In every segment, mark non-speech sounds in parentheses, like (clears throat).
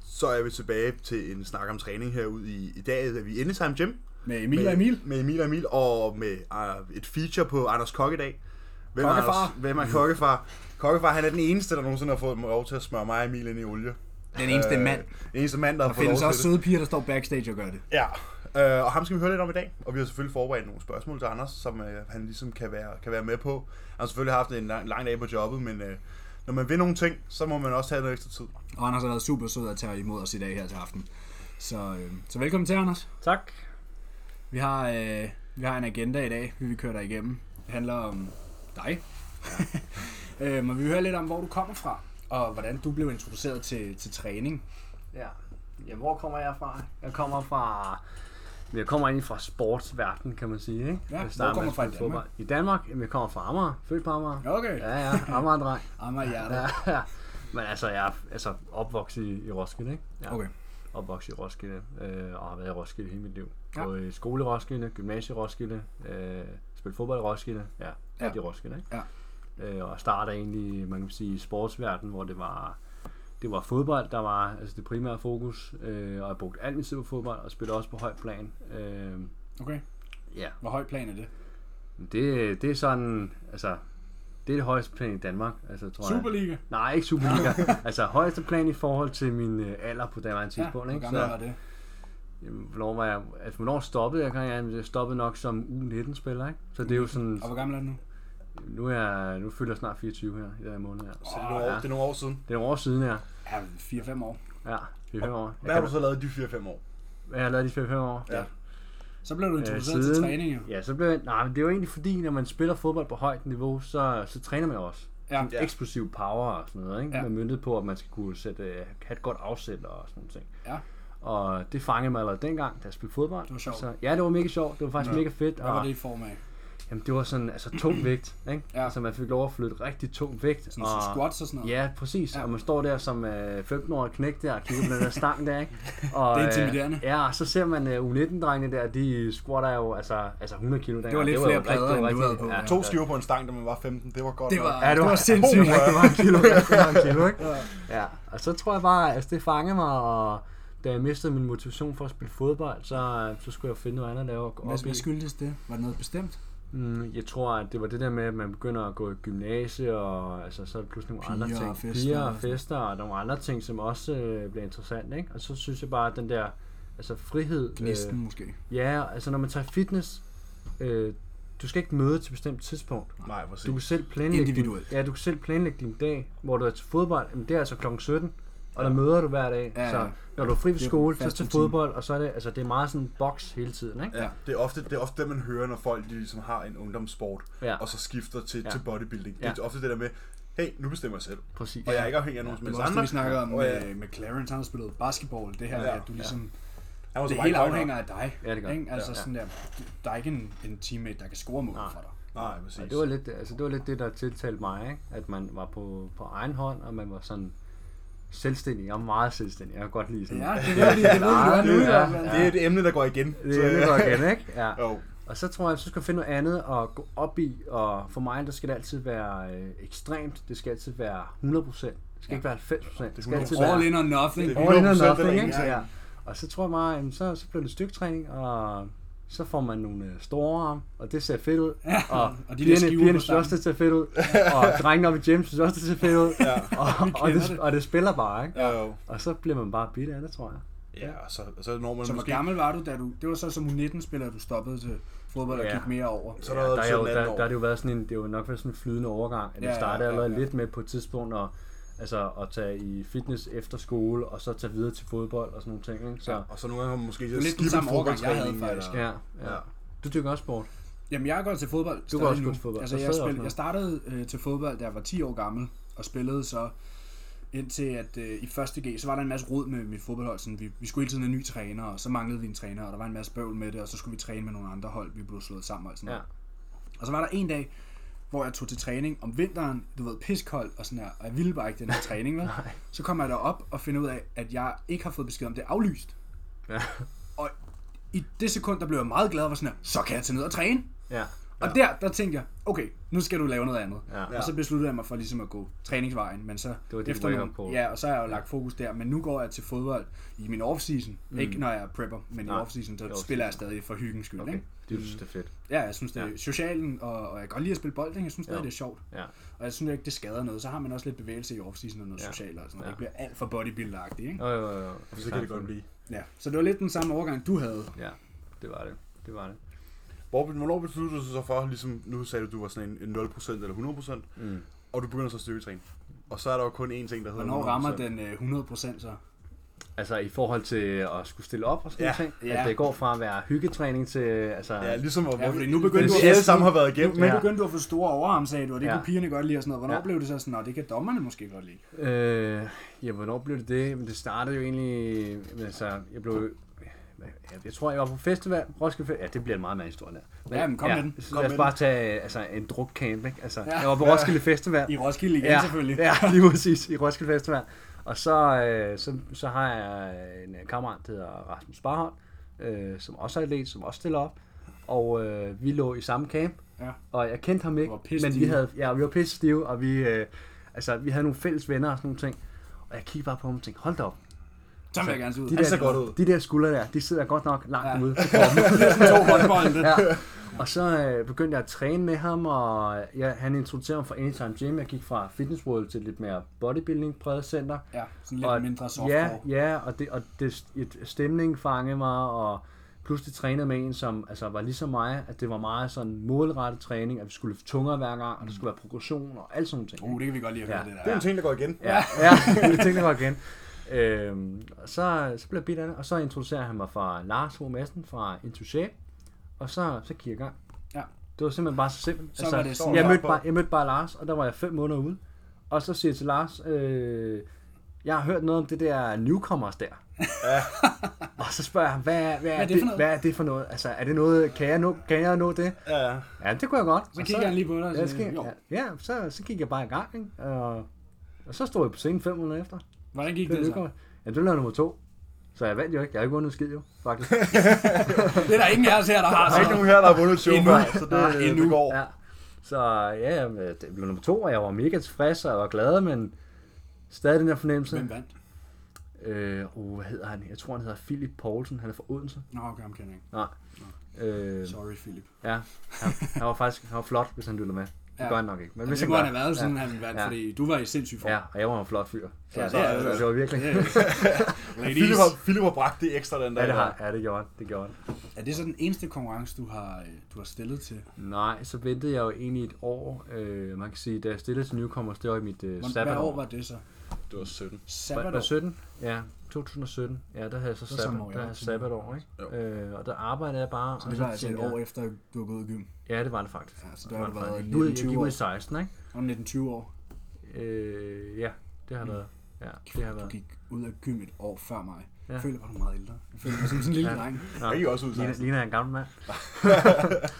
Så er vi tilbage til en snak om træning herude i, i dag. Er vi i Anytime Gym Med Emil og Emil. med Emil og Emil, og med uh, et feature på Anders Kok i dag. Hvem Kokkefar. Er Anders, hvem er kokkefar? kokkefar, han er den eneste, der nogensinde har fået lov til at smøre mig og Emil ind i olie. Den eneste mand. Den eneste mand, der har Øh, fået lov Der findes til også det. søde piger, der står backstage og gør det. Ja, øh, og ham skal vi høre lidt om i dag. Og vi har selvfølgelig forberedt nogle spørgsmål til Anders, som øh, han ligesom kan være, kan være med på. Han har selvfølgelig haft en lang, lang dag på jobbet, men øh, når man vil nogle ting, så må man også tage noget ekstra tid. Og Anders har været super sød at tage imod os i dag her til aften. Så, øh, så velkommen til, Anders. Tak. Vi har, øh, vi har en agenda i dag, vi vil køre dig igennem. Det handler om dig. Ja. (laughs) øhm, og vi vil høre lidt om, hvor du kommer fra, og hvordan du blev introduceret til, til træning. Ja. ja, hvor kommer jeg fra? Jeg kommer fra... Jeg kommer egentlig fra sportsverdenen, kan man sige. Ikke? Ja, Jeg hvor starter kommer med at du fra i spille fodbold. I Danmark? Jamen, jeg kommer fra Amager. Født på Amager. Okay. Ja, ja. Amager-dreng. Amager hjerte. Ja. ja, ja. Men altså, jeg er altså, opvokset i, i Roskilde, ikke? Ja. Okay. Opvokset i Roskilde, øh, og har været i Roskilde hele mit liv. Ja. Ja. Både i skole i Roskilde, gymnasie i Roskilde, øh, spillet fodbold i Roskilde, ja, Ja. ja. i Roskilde, ikke? Ja. Øh, og startede egentlig, man kan sige, i sportsverdenen, hvor det var det var fodbold, der var altså det primære fokus, øh, og jeg brugte al min tid på fodbold, og spillede også på højt plan. Øh, Okay. ja, Hvor høj plan er det? det, det er sådan, altså, det er det højeste plan i Danmark, altså, tror jeg. Superliga. Nej, ikke (laughs) Superliga. altså højeste plan i forhold til min øh, alder på daværende Ja, tidspunkt. hvor ikke? gammel Så, var det? jamen, hvornår, var jeg, altså, hvornår stoppede jeg? Kan jeg, jeg stoppede nok som U19-spiller, ikke? Så det er jo sådan... Og hvor gammel er du nu? Nu, er jeg, nu fylder jeg snart 24 her i den her måned her. Så det er nogle år, Ah, ja. det er nogle år siden. Det er nogle år siden her. Ja, 4-5 år. Ja, 4-5 år. Jeg Hvad har kan- du så lavet i de 4-5 år? Hvad har jeg lavet de 4-5 år? Ja. Så blev du introduceret øh, siden- til træning, jo. Ja, så blev jeg, nej, men det er jo egentlig fordi, når man spiller fodbold på højt niveau, så, så træner man jo også. Ja. ja. eksplosiv power og sådan noget, ikke? Ja. Ja. Med myndet på, at man skal kunne sætte, øh, have et godt afsæt og sådan noget ting. Ja. Og det fangede mig allerede dengang, da jeg spillede fodbold. Det var sjovt. Så, ja, det var mega sjovt. Det var faktisk ja. mega fedt. Hvad var Og, det i form af? jamen, det var sådan, altså (clears throat) tung vægt, ikke? Ja. Altså, man fik lov at flytte rigtig tung vægt. Sådan og... squats og sådan noget? Ja, præcis. Ja. Ja. Og man står der som øh, 15-årig knæk der og kigger på den der stang der, ikke? (laughs) Og, Det er øh, intimiderende. Ja, og så ser man øh, U19-drengene der, de squatter jo altså, altså 100 kilo dengang. lidt jo flere rigtig, plader, end du rigtig- havde på. ja, To skiver på en stang, da man var 15. Det var godt Det nok. var, Ja, det var, det var sindssygt. (laughs) Det var rigtig mange kilo, rigtig mange kilo, ikke? Ja, og så tror jeg bare, at altså, det fangede mig, og da jeg mistede min motivation for at spille fodbold, så, så skulle jeg finde noget andet at lave. Og gå Hvad, op i. hvad skyldes det? Var det noget bestemt? Mm, jeg tror, at det var det der med, at man begynder at gå i gymnasie, og altså, så er der pludselig nogle Piger andre ting. og fester Piger og og sådan. fester, og nogle andre ting, som også øh, bliver interessant, ikke? Og så synes jeg bare, at den der altså, frihed... Gnisten måske. Øh, ja, altså når man tager fitness, øh, du skal ikke møde til et bestemt tidspunkt. Nej, præcis. Du kan selv planlægge Individuelt. Din, ja, du kan selv planlægge din dag, hvor du er til fodbold. Jamen, det er altså klokken 17, og der møder du hver dag. Ja, ja. Så når du er fri ved Det er skole, så fast til en time. fodbold, og så er det, altså, det er meget sådan en boks hele tiden, ikke? Ja, det er, ofte, det er ofte det, man hører, når folk de ligesom har en ungdomssport, Ja. og så skifter til, Ja. til bodybuilding. Det Ja. er ofte det der med, hey, nu bestemmer jeg selv. Præcis. Og jeg er ikke afhængig af nogen som Det helst var også det, andre. vi snakkede om øh, Og jeg- med, med Clarence, han har spillet basketball, det her, Ja. ja, at du ligesom, ja. han var så det bare hele ikke afhænger af dig, Ja, det gør. ikke? Altså Ja. sådan der, der er ikke en, en teammate, der kan score mål for dig. Nej, præcis. Og det var, lidt, altså, det var lidt det, der tiltalte mig, ikke? At man var på, på egen hånd, og man var sådan selvstændig. Jeg er meget selvstændig. Jeg kan godt lide sådan. Ja, det ved vi, det ved vi, du er nu i Ja. hvert fald. det er et emne, der går igen. Det er det godt igen, ikke? Ja. (laughs) Jo. Og så tror jeg, at så skal jeg finde noget andet at gå op i, og for mig, der skal det altid være øh, ekstremt, det skal altid være 100%, det skal ja. ikke være 90%, det, skal altid være All in or nothing. Det er all in 100% or eller nothing, ikke? ingenting. Ja. Og så tror jeg bare, jamen, så, så bliver det styktræning, og så får man nogle øh, store arme, og det ser fedt ud. Og, der og skiver pigerne, på pigerne synes stammen. også, det ser fedt ud. Og drengene oppe i gym synes også, det ser fedt ud. Ja, og, og, kender det, det. og det spiller bare, ikke? Ja, jo. Og så bliver man bare bidt af det, tror jeg. Ja, og så, og så når man Så hvor måske... gammel var du, da du, det var så som U19-spiller, du stoppede til fodbold og Ja. gik mere over. Så er Ja, der, der, er jo, der, der er er det jo været sådan en, det er jo nok været sådan en flydende overgang, at Ja, ja, ja, det ja, startede ja, allerede ja. lidt med på et tidspunkt at, altså, at tage i fitness efter skole, og så tage videre til fodbold og sådan nogle ting. Ikke? Så, Og så nogle gange har man måske til er at lidt den skippe samme overgang, jeg havde, fodboldtræning. faktisk. eller- ja, ja. Ja. Du dyrker også sport. Jamen, jeg går til fodbold. Du også gå til fodbold. Altså, Og jeg, fodbold og spil, sådan noget. jeg startede øh, til fodbold, da jeg var 10 år gammel, og spillede så indtil at øh, i 1.G, så var der en masse rod med mit fodboldhold. Sådan, vi, vi skulle hele tiden have en ny træner, og så manglede vi en træner, og der var en masse bøvl med det, og så skulle vi træne med nogle andre hold, vi blev slået sammen og sådan Ja. noget. Og så var der en dag, hvor jeg tog til træning om vinteren, du ved, piskoldt og sådan her, og jeg ville bare ikke den her træning, (laughs) vel? Så kommer jeg derop og finder ud af, at jeg ikke har fået besked om, det er aflyst. Ja. Og i det sekund, der blev jeg meget glad og var sådan her, så kan jeg tage ned og træne. ja. Og ja. der, der tænkte jeg, okay, nu skal du lave noget andet. Ja. Og så besluttede jeg mig for ligesom at gå træningsvejen, men så var dit wake-up call. ja, og så har jeg jo lagt fokus der, men nu går jeg til fodbold i min off-season. Mm. Ikke når jeg er prepper, men Nej, i off-season, i der off-season. spiller jeg stadig for hyggens skyld, Okay. ikke? Det synes det er fedt. Ja, jeg synes, det er Ja. socialen, og, og jeg kan godt lide at spille bold, ikke? jeg synes stadig, Jo. det er sjovt. Ja. Og jeg synes ikke, det skader noget. Så har man også lidt bevægelse i off-season og noget Ja. ja. socialt og sådan noget. Ja. Ja. Det bliver alt for bodybuilder ikke? Jo, jo, jo. Og så kan det godt blive. Ja, så det var lidt den samme overgang, du havde. Ja, det var det. Det var det. Hvor, hvornår besluttede du så for, ligesom nu sagde du, du var sådan en, en 0% eller 100%, Mm. og du begynder så at styrketræne. Og så er der jo kun én ting, der hedder Hvornår 100%. rammer den øh, 100% så? Altså i forhold til at skulle stille op og sådan Ja, ja, ting. Ja. ja. At det går fra at være hyggetræning til... Altså, Ja, ligesom at, Ja, fordi nu begynder det, du du at- alle sammen har været igennem. Men Men, ja. Ja. begyndte du at få store overarm, sagde du, og det Ja. ja. kunne pigerne godt lide og sådan noget. Hvornår Ja. ja. blev det så sådan, at det kan dommerne måske godt lide? Øh, ja, hvornår blev det det? Men det startede jo egentlig... Men altså, jeg blev... ja, Jeg tror, jeg var på festival. Roskilde Festival. Ja, det bliver en meget mere historie der. Ja, men kom med den. Så Kom lad os med bare tage øh, altså, en drukcamp, ikke? Altså, Ja. ja. jeg var på Roskilde Festival. I Roskilde igen ja, selvfølgelig. (laughs) Ja, lige præcis. I Roskilde Festival. Og så, øh, så, så har jeg en øh, kammerat, der hedder Rasmus Barhold, øh, som også er atlet, som også stiller op. Og øh, vi lå i samme camp, Ja. og jeg kendte ham ikke, Du var pisse men vi stive. havde, ja, vi var pisse stive, og vi, øh, altså, vi havde nogle fælles venner og sådan nogle ting. Og jeg kiggede bare på ham og tænkte, hold da op. altså, Så vil jeg gerne se ud. De ser godt ud. De der skuldre der, de sidder godt nok langt Ja. ja. ude. der (laughs) to håndbolde. Ja. Og så øh, begyndte jeg at træne med ham, og jeg, han introducerede mig for Anytime Gym. Jeg gik fra Fitness World til et lidt mere bodybuilding præget center. Ja, sådan lidt Og- mindre Ja, softcore. ja, og, det, og det, et stemning fangede mig, og pludselig trænede med en, som altså, var ligesom mig, at det var meget sådan målrettet træning, at vi skulle løfte tungere hver gang, og der skulle være progression og alt sådan nogle ting. Uh, det kan vi godt lide at høre, Ja. det der. det er en ting, der går igen. Ja, ja, det tænkte jeg godt igen. Øhm, og så, så blev jeg bidt af det, og så introducerer han mig for Lars H. Madsen fra Into Shape, og så, så gik jeg i gang. Ja. Det var simpelthen bare så simpelt. Så var det sådan- jeg, mødte bare, jeg mødte bare Lars, og der var jeg fem måneder ude. Og så siger jeg til Lars, øh, jeg har hørt noget om det der newcomers der. Ja. og så spørger jeg ham, hvad, er- hvad, er, er det det, for noget? hvad er det for noget? Altså, er det noget, kan jeg nå, kan jeg nå det? Ja. Ja, det kunne jeg godt. Så kigger han lige på dig og Ja, så, siger, jo, gik- ja, så, så gik jeg bare i gang, ikke? Og, og så stod jeg på scenen fem måneder efter. hvordan gik Det det så? lykker mig. Ja, det blev nummer to. Så jeg vandt jo ikke. Jeg har ikke vundet en skid jo, faktisk. Det er der ingen af os her, der har (laughs) Der er så. ikke nogen her, der har vundet et show Endnu. før, så det, Nej, endnu. det går. ja. Så ja, jamen, det blev nummer to, og jeg var mega tilfreds, og jeg var glad, men stadig den her fornemmelse. Hvem vandt? Øh, uh, hvad hedder han? Jeg tror, han hedder Philip Poulsen. Han er fra Odense. Nå, okay, ham kender jeg ikke. Nej. Øh, Sorry, Philip. ja, han, han, var faktisk han var flot, hvis han lytter med. Det Ja. gør han nok ikke. Men Men hvis det han må gør, han have været, sådan han vandt, Ja. fordi du var i sindssyg form. Ja, og jeg var en flot fyr. Så, Ja, ja, det det, er- så, så, det var virkelig... (laughs) Det Ja, er- Philip Ladies. har, Philip har bragt det ekstra den dag. det, har, ja, det gjorde han. Det gjorde han. Er det så den eneste konkurrence, du har, øh, du har stillet til? Nej, så ventede jeg jo egentlig et år. Øh, man kan sige, da jeg stillede til Newcomers, det var i mit øh, Hvor- Hvad sabbatår. år var det så? Det var 17. Var- Sabbatår? var 17? Ja, 2017. Ja, der havde jeg så Det var samme sabbat, år, jeg der var havde jeg til sabbatår, ikke? Øh, og der arbejdede jeg bare. Så og det var altså et tænkte jeg- år efter, du har gået i gym. Ja, det var det faktisk. Ja, så der Det har var du det været faktisk. Nu, jeg 19-20 gik ud i år. 16, ikke? Om 19-20 år. Øh, ja, det har været. Ja, det har Mm. Du været. gik ud af gym et år før mig. Ja. Jeg føler, at du er meget ældre. Jeg føler mig som sådan en lille Ja. dreng. Jeg gik også ud Ligner, til ligner jeg en gammel mand?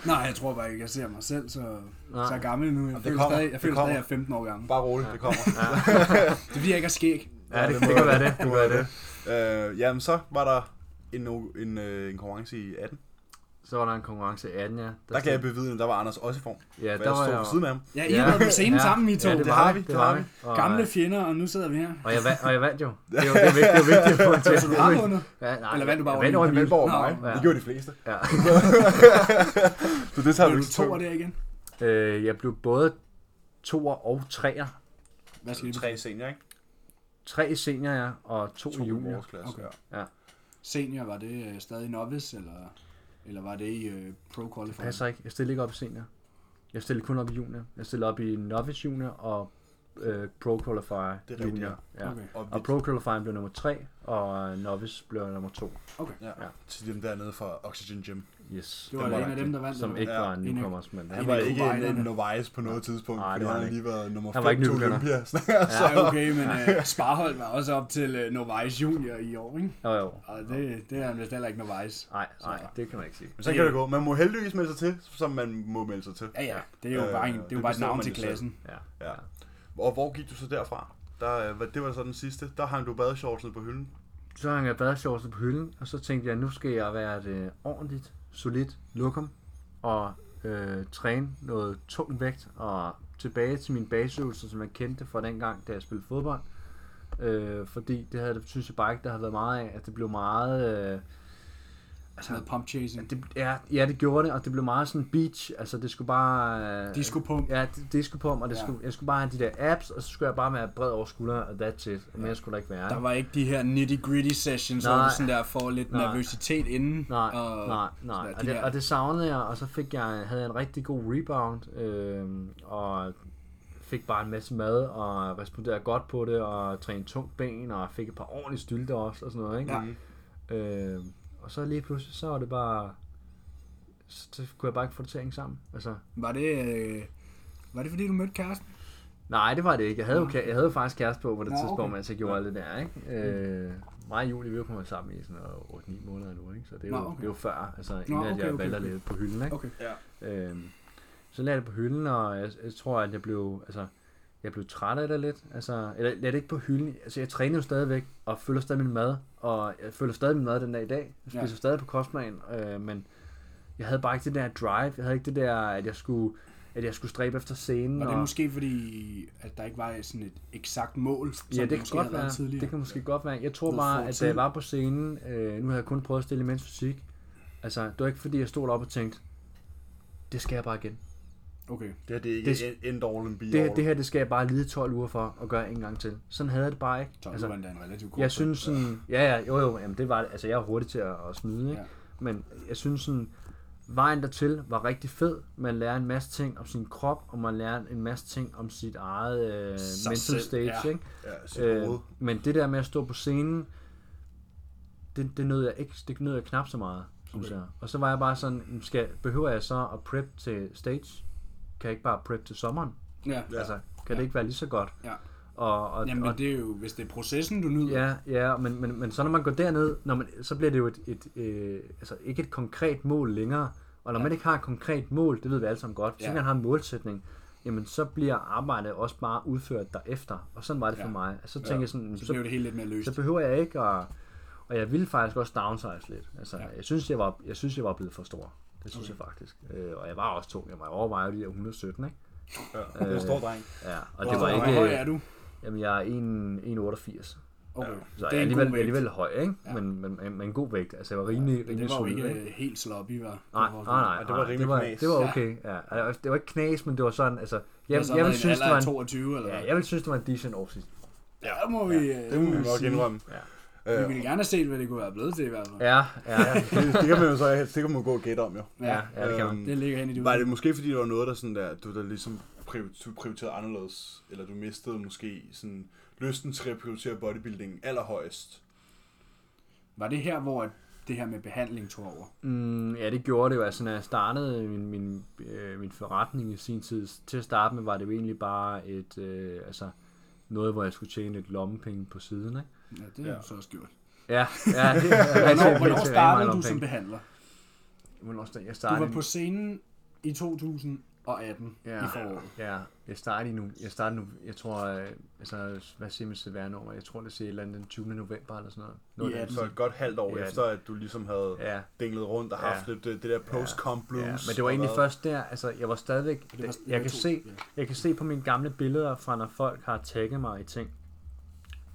Nej, jeg tror bare ikke, jeg ser mig selv så, Nej. så gammel nu. Jeg det føler kommer. stadig, jeg, Det føler kommer. stadig, jeg er 15 år gammel. Bare roligt, det kommer. Det er fordi, jeg ikke har skæg. Ja, det, det kan være det. Det var det. Øh, jamen, så var der en, no- en, øh, en konkurrence i 18. Så var der en konkurrence i 18, ja. Der, Der kan jeg stod- bevidne, der var Anders også i form. Ja, For der jeg var stod jeg på siden af ham. Ja, I har været på scenen sammen, I to. Ja, det, Det var har vi, Det var vi. Og, Gamle fjender, og nu sidder vi her. Og jeg, vandt, og jeg vandt (laughs) jo. Det er jo det er vigtigt, det er vigtigt at (laughs) pointere. Så du har vundet? (laughs) Ja, nej, Eller vandt du bare jeg over vandt over en? Han vandt en lille. over Nå, mig. ja. Det gjorde de fleste. Ja. Så det tager vi Blev du ikke to tungt. af det igen? Øh, jeg blev både toer og treer. Hvad skal det Tre senior, ikke? Tre seniorer ja, og to, To to i junior. vores klasse. Okay. ja. Senior, var det øh, stadig novice, eller, eller var det i øh, pro qualifying? Passer ikke. Jeg stillede ikke op i senior. Jeg stillede kun op i junior. Jeg stillede op i novice junior og øh, pro qualifier Det er rigtigt, junior. Ja. Okay. Og, vi, Og pro qualifier blev nummer 3, og novice blev nummer 2. ja. ja. Til dem dernede fra Oxygen Gym. Yes. Det var Den var en af rigtig, dem, der vandt. Som eller ikke Ja. var en newcomers, men Han En var af ikke en, en Kuwaiterne. novice på noget tidspunkt, Nej, det fordi han var han havde lige været nummer Han var 5 ikke til nybegynder. Olympia. (laughs) hvad? Ja, okay, men øh, Sparhold var også op til øh, Novice Junior i år, ikke? Jo, jo. Og det, det er han vist heller ikke Novice. Nej, nej, det kan man ikke sige. Men så kan det gå. Man må heldigvis melde sig til, som man må melde sig til. Ja, ja, det er jo Øh, bare, en, det det er jo bare et bestemmer navn man til jo selv. klassen. Ja. Ja. Og hvor gik du så derfra? Der, øh, hvad- det var så den sidste. Der hang du badeshortsene på hylden. Så hang jeg badeshortsen på hylden, og så tænkte jeg, nu skal jeg være et øh, ordentligt, solidt lokum, og øh, træne noget tung vægt og tilbage til mine basisøvelser, som jeg kendte fra dengang, da jeg spillede fodbold. Øh, fordi det havde, synes jeg bare ikke, der havde været meget af, at det blev meget... Øh, Sådan noget pump chasing. det, ja, ja, det gjorde det, og det blev meget sådan beach, altså det skulle bare... Øh, De skulle pump. Ja, det, det skulle på mig, og det Ja. ja. skulle, jeg skulle bare have de der apps, og så skulle jeg bare være bred over skulderen, og that's it. Og mere skulle der ikke være. Der var ikke de her nitty gritty sessions, nej, hvor Nej. vi sådan der får lidt nej, Nej. nervøsitet inden. Nej, og, nej, sådan nej. der, Og de det, der- og det savnede jeg, og så fik jeg, havde jeg en rigtig god rebound, øh, og fik bare en masse mad, og responderede godt på det, og trænede tungt ben, og fik et par ordentlige stylter også, og sådan noget, ikke? Ja. Øh, og så lige pludselig, så var det bare, så, så kunne jeg bare ikke få det til at hænge sammen. Altså, Var det, øh, var det fordi du mødte kæresten? nej, det var det ikke. Jeg havde jo, ka- jeg havde jo faktisk kæreste på på det Nå, Nå, tidspunkt, okay. Mm. okay. men så gjorde alt det der, ikke? Øh, mig og Julie, vi er jo kommet sammen i sådan noget 8-9 måneder nu, ikke? Så det er jo, Nå, Nå, okay. okay. det er jo før, altså inden Nå, okay, at okay, jeg okay, okay, valgte okay. okay. lidt på hylden, ikke? Okay. Ja. Øhm, så lagde jeg det på hylden, og jeg, jeg tror, at jeg blev, altså, jeg blev træt af det lidt. Altså, eller lagde det ikke på hylden. Altså, jeg træner jo stadigvæk, og følger stadig min mad. Og jeg følger stadig min mad den dag i dag. Jeg spiser Ja. ja. stadig på kostplanen, øh, men jeg havde bare ikke det der drive. Jeg havde ikke det der, at jeg skulle, at jeg skulle stræbe efter scenen. Var det måske fordi, at der ikke var sådan et eksakt mål, som Ja, der det kan måske godt havde været være. tidligere? Det kan måske godt være. Jeg tror Noget bare, for at da tid. jeg var på scenen, øh, nu havde jeg kun prøvet at stille imens fysik. Altså, det var ikke fordi, jeg stod op og tænkte, det skal jeg bare igen. Okay, Det her det er ikke det, end all and be det, her, all. det her, det skal jeg bare lide 12 uger for at gøre en gang til. Sådan havde jeg det bare ikke. så altså, altså, det var endda en relativt god jeg synes sådan, ja, ja, jo, jo, jamen, det var det. Altså, jeg er hurtig til at, at smide, ikke? Ja. Ja. Men jeg synes sådan, vejen dertil var rigtig fed. Man lærer en masse ting om sin krop, og man lærer en masse ting om sit eget øh, mental selv, selv, stage, ja. ja. ikke? Ja, sit Øh, hoved. men det der med at stå på scenen, det, det nød jeg ikke, det nød jeg knap så meget, synes okay. jeg. Og så var jeg bare sådan, "Men skal, behøver jeg så at prep til stage? Kan jeg ikke bare prep til sommeren? Ja, Ja. Altså, kan ja. det ikke være lige så godt? Ja. Og, og, Jamen, men og, det er jo, hvis det er processen, du nyder. ja, ja men, men, men så når man går derned, når man, så bliver det jo et, et øh, altså ikke et konkret mål længere. Og når ja. man ikke har et konkret mål, det ved vi alle sammen godt, hvis Ja. ja. ikke man har en målsætning, jamen så bliver arbejdet også bare udført derefter. Og sådan var det Ja. for mig. Altså, så tænker jeg sådan, Så blev det helt lidt mere løst. så behøver jeg ikke at... Og jeg ville faktisk også downsize lidt. Altså, Ja. ja. jeg, synes, jeg, var, jeg synes, jeg var blevet for stor. Det synes okay. jeg faktisk. Øh, og jeg var også tung. Jeg var overvejet de der 117, ikke? Ja, det er en stor dreng. Ja, og Hvor- det var Hvor høj er ikke... du? Jamen, jeg er 1 1,88. Okay, det Så jeg er er en alligevel, god vægt. alligevel høj, ikke? Ja. Men, men, men, men, god vægt. Altså, jeg var rimelig, Men ja, det rimelig var jo solid, ikke ikke? øh, helt sloppy, var. Nej, nej, nej, det var nej, rimelig det var, knas. det var okay. Ja. Altså, det var ikke knas, men det var sådan, altså... Jeg, Jeg, jeg, jeg, ville synes, det var en, 22, eller ja, hvad? jeg ville synes, det var en decent off Ja, der må vi... øh, Det må man nok sige. indrømme. Ja. Vi Øh, ville gerne have set, hvad det kunne være blevet til, i hvert fald. Ja, ja, (laughs) det, det kan man jo så det kan man jo gå og gætte om, jo. ja, ja, det kan man. Det ligger hen i det. Var det måske fordi, der var noget, der sådan der, du der ligesom prior- du prioriterede anderledes, eller du mistede måske sådan lysten til at prioritere bodybuilding allerhøjst? Var det her, hvor det her med behandling tog over? Mm, ja, det gjorde det jo. Altså, når jeg startede min, min, øh, min forretning i sin tid, til at starte med, var det jo egentlig bare et, øh, altså, noget, hvor jeg skulle tjene lidt lommepenge på siden, ikke? Ja, det har Ja. du så også gjort. Ja, (laughs) ja. Det, Hvornår, hvornår startede du som behandler? Hvornår startede jeg? Du Startede, var på scenen i 2018 Ja. i foråret. Ja, jeg startede i nu. Jeg startede nu, jeg tror, øh, altså, hvad siger man cvr nummer? Jeg tror, det siger et eller andet den 20. november eller sådan noget. Noget I af den. 18. Så et godt halvt år Ja. efter, at du ligesom havde Ja, dinglet rundt og haft lidt øh, det der post-comp blues. ja, men det var og egentlig hvad. først der, altså, jeg var stadigvæk, Det var- det var jeg kan to- se, ja. Jeg kan se på mine gamle billeder fra, når folk har tagget mig i ting.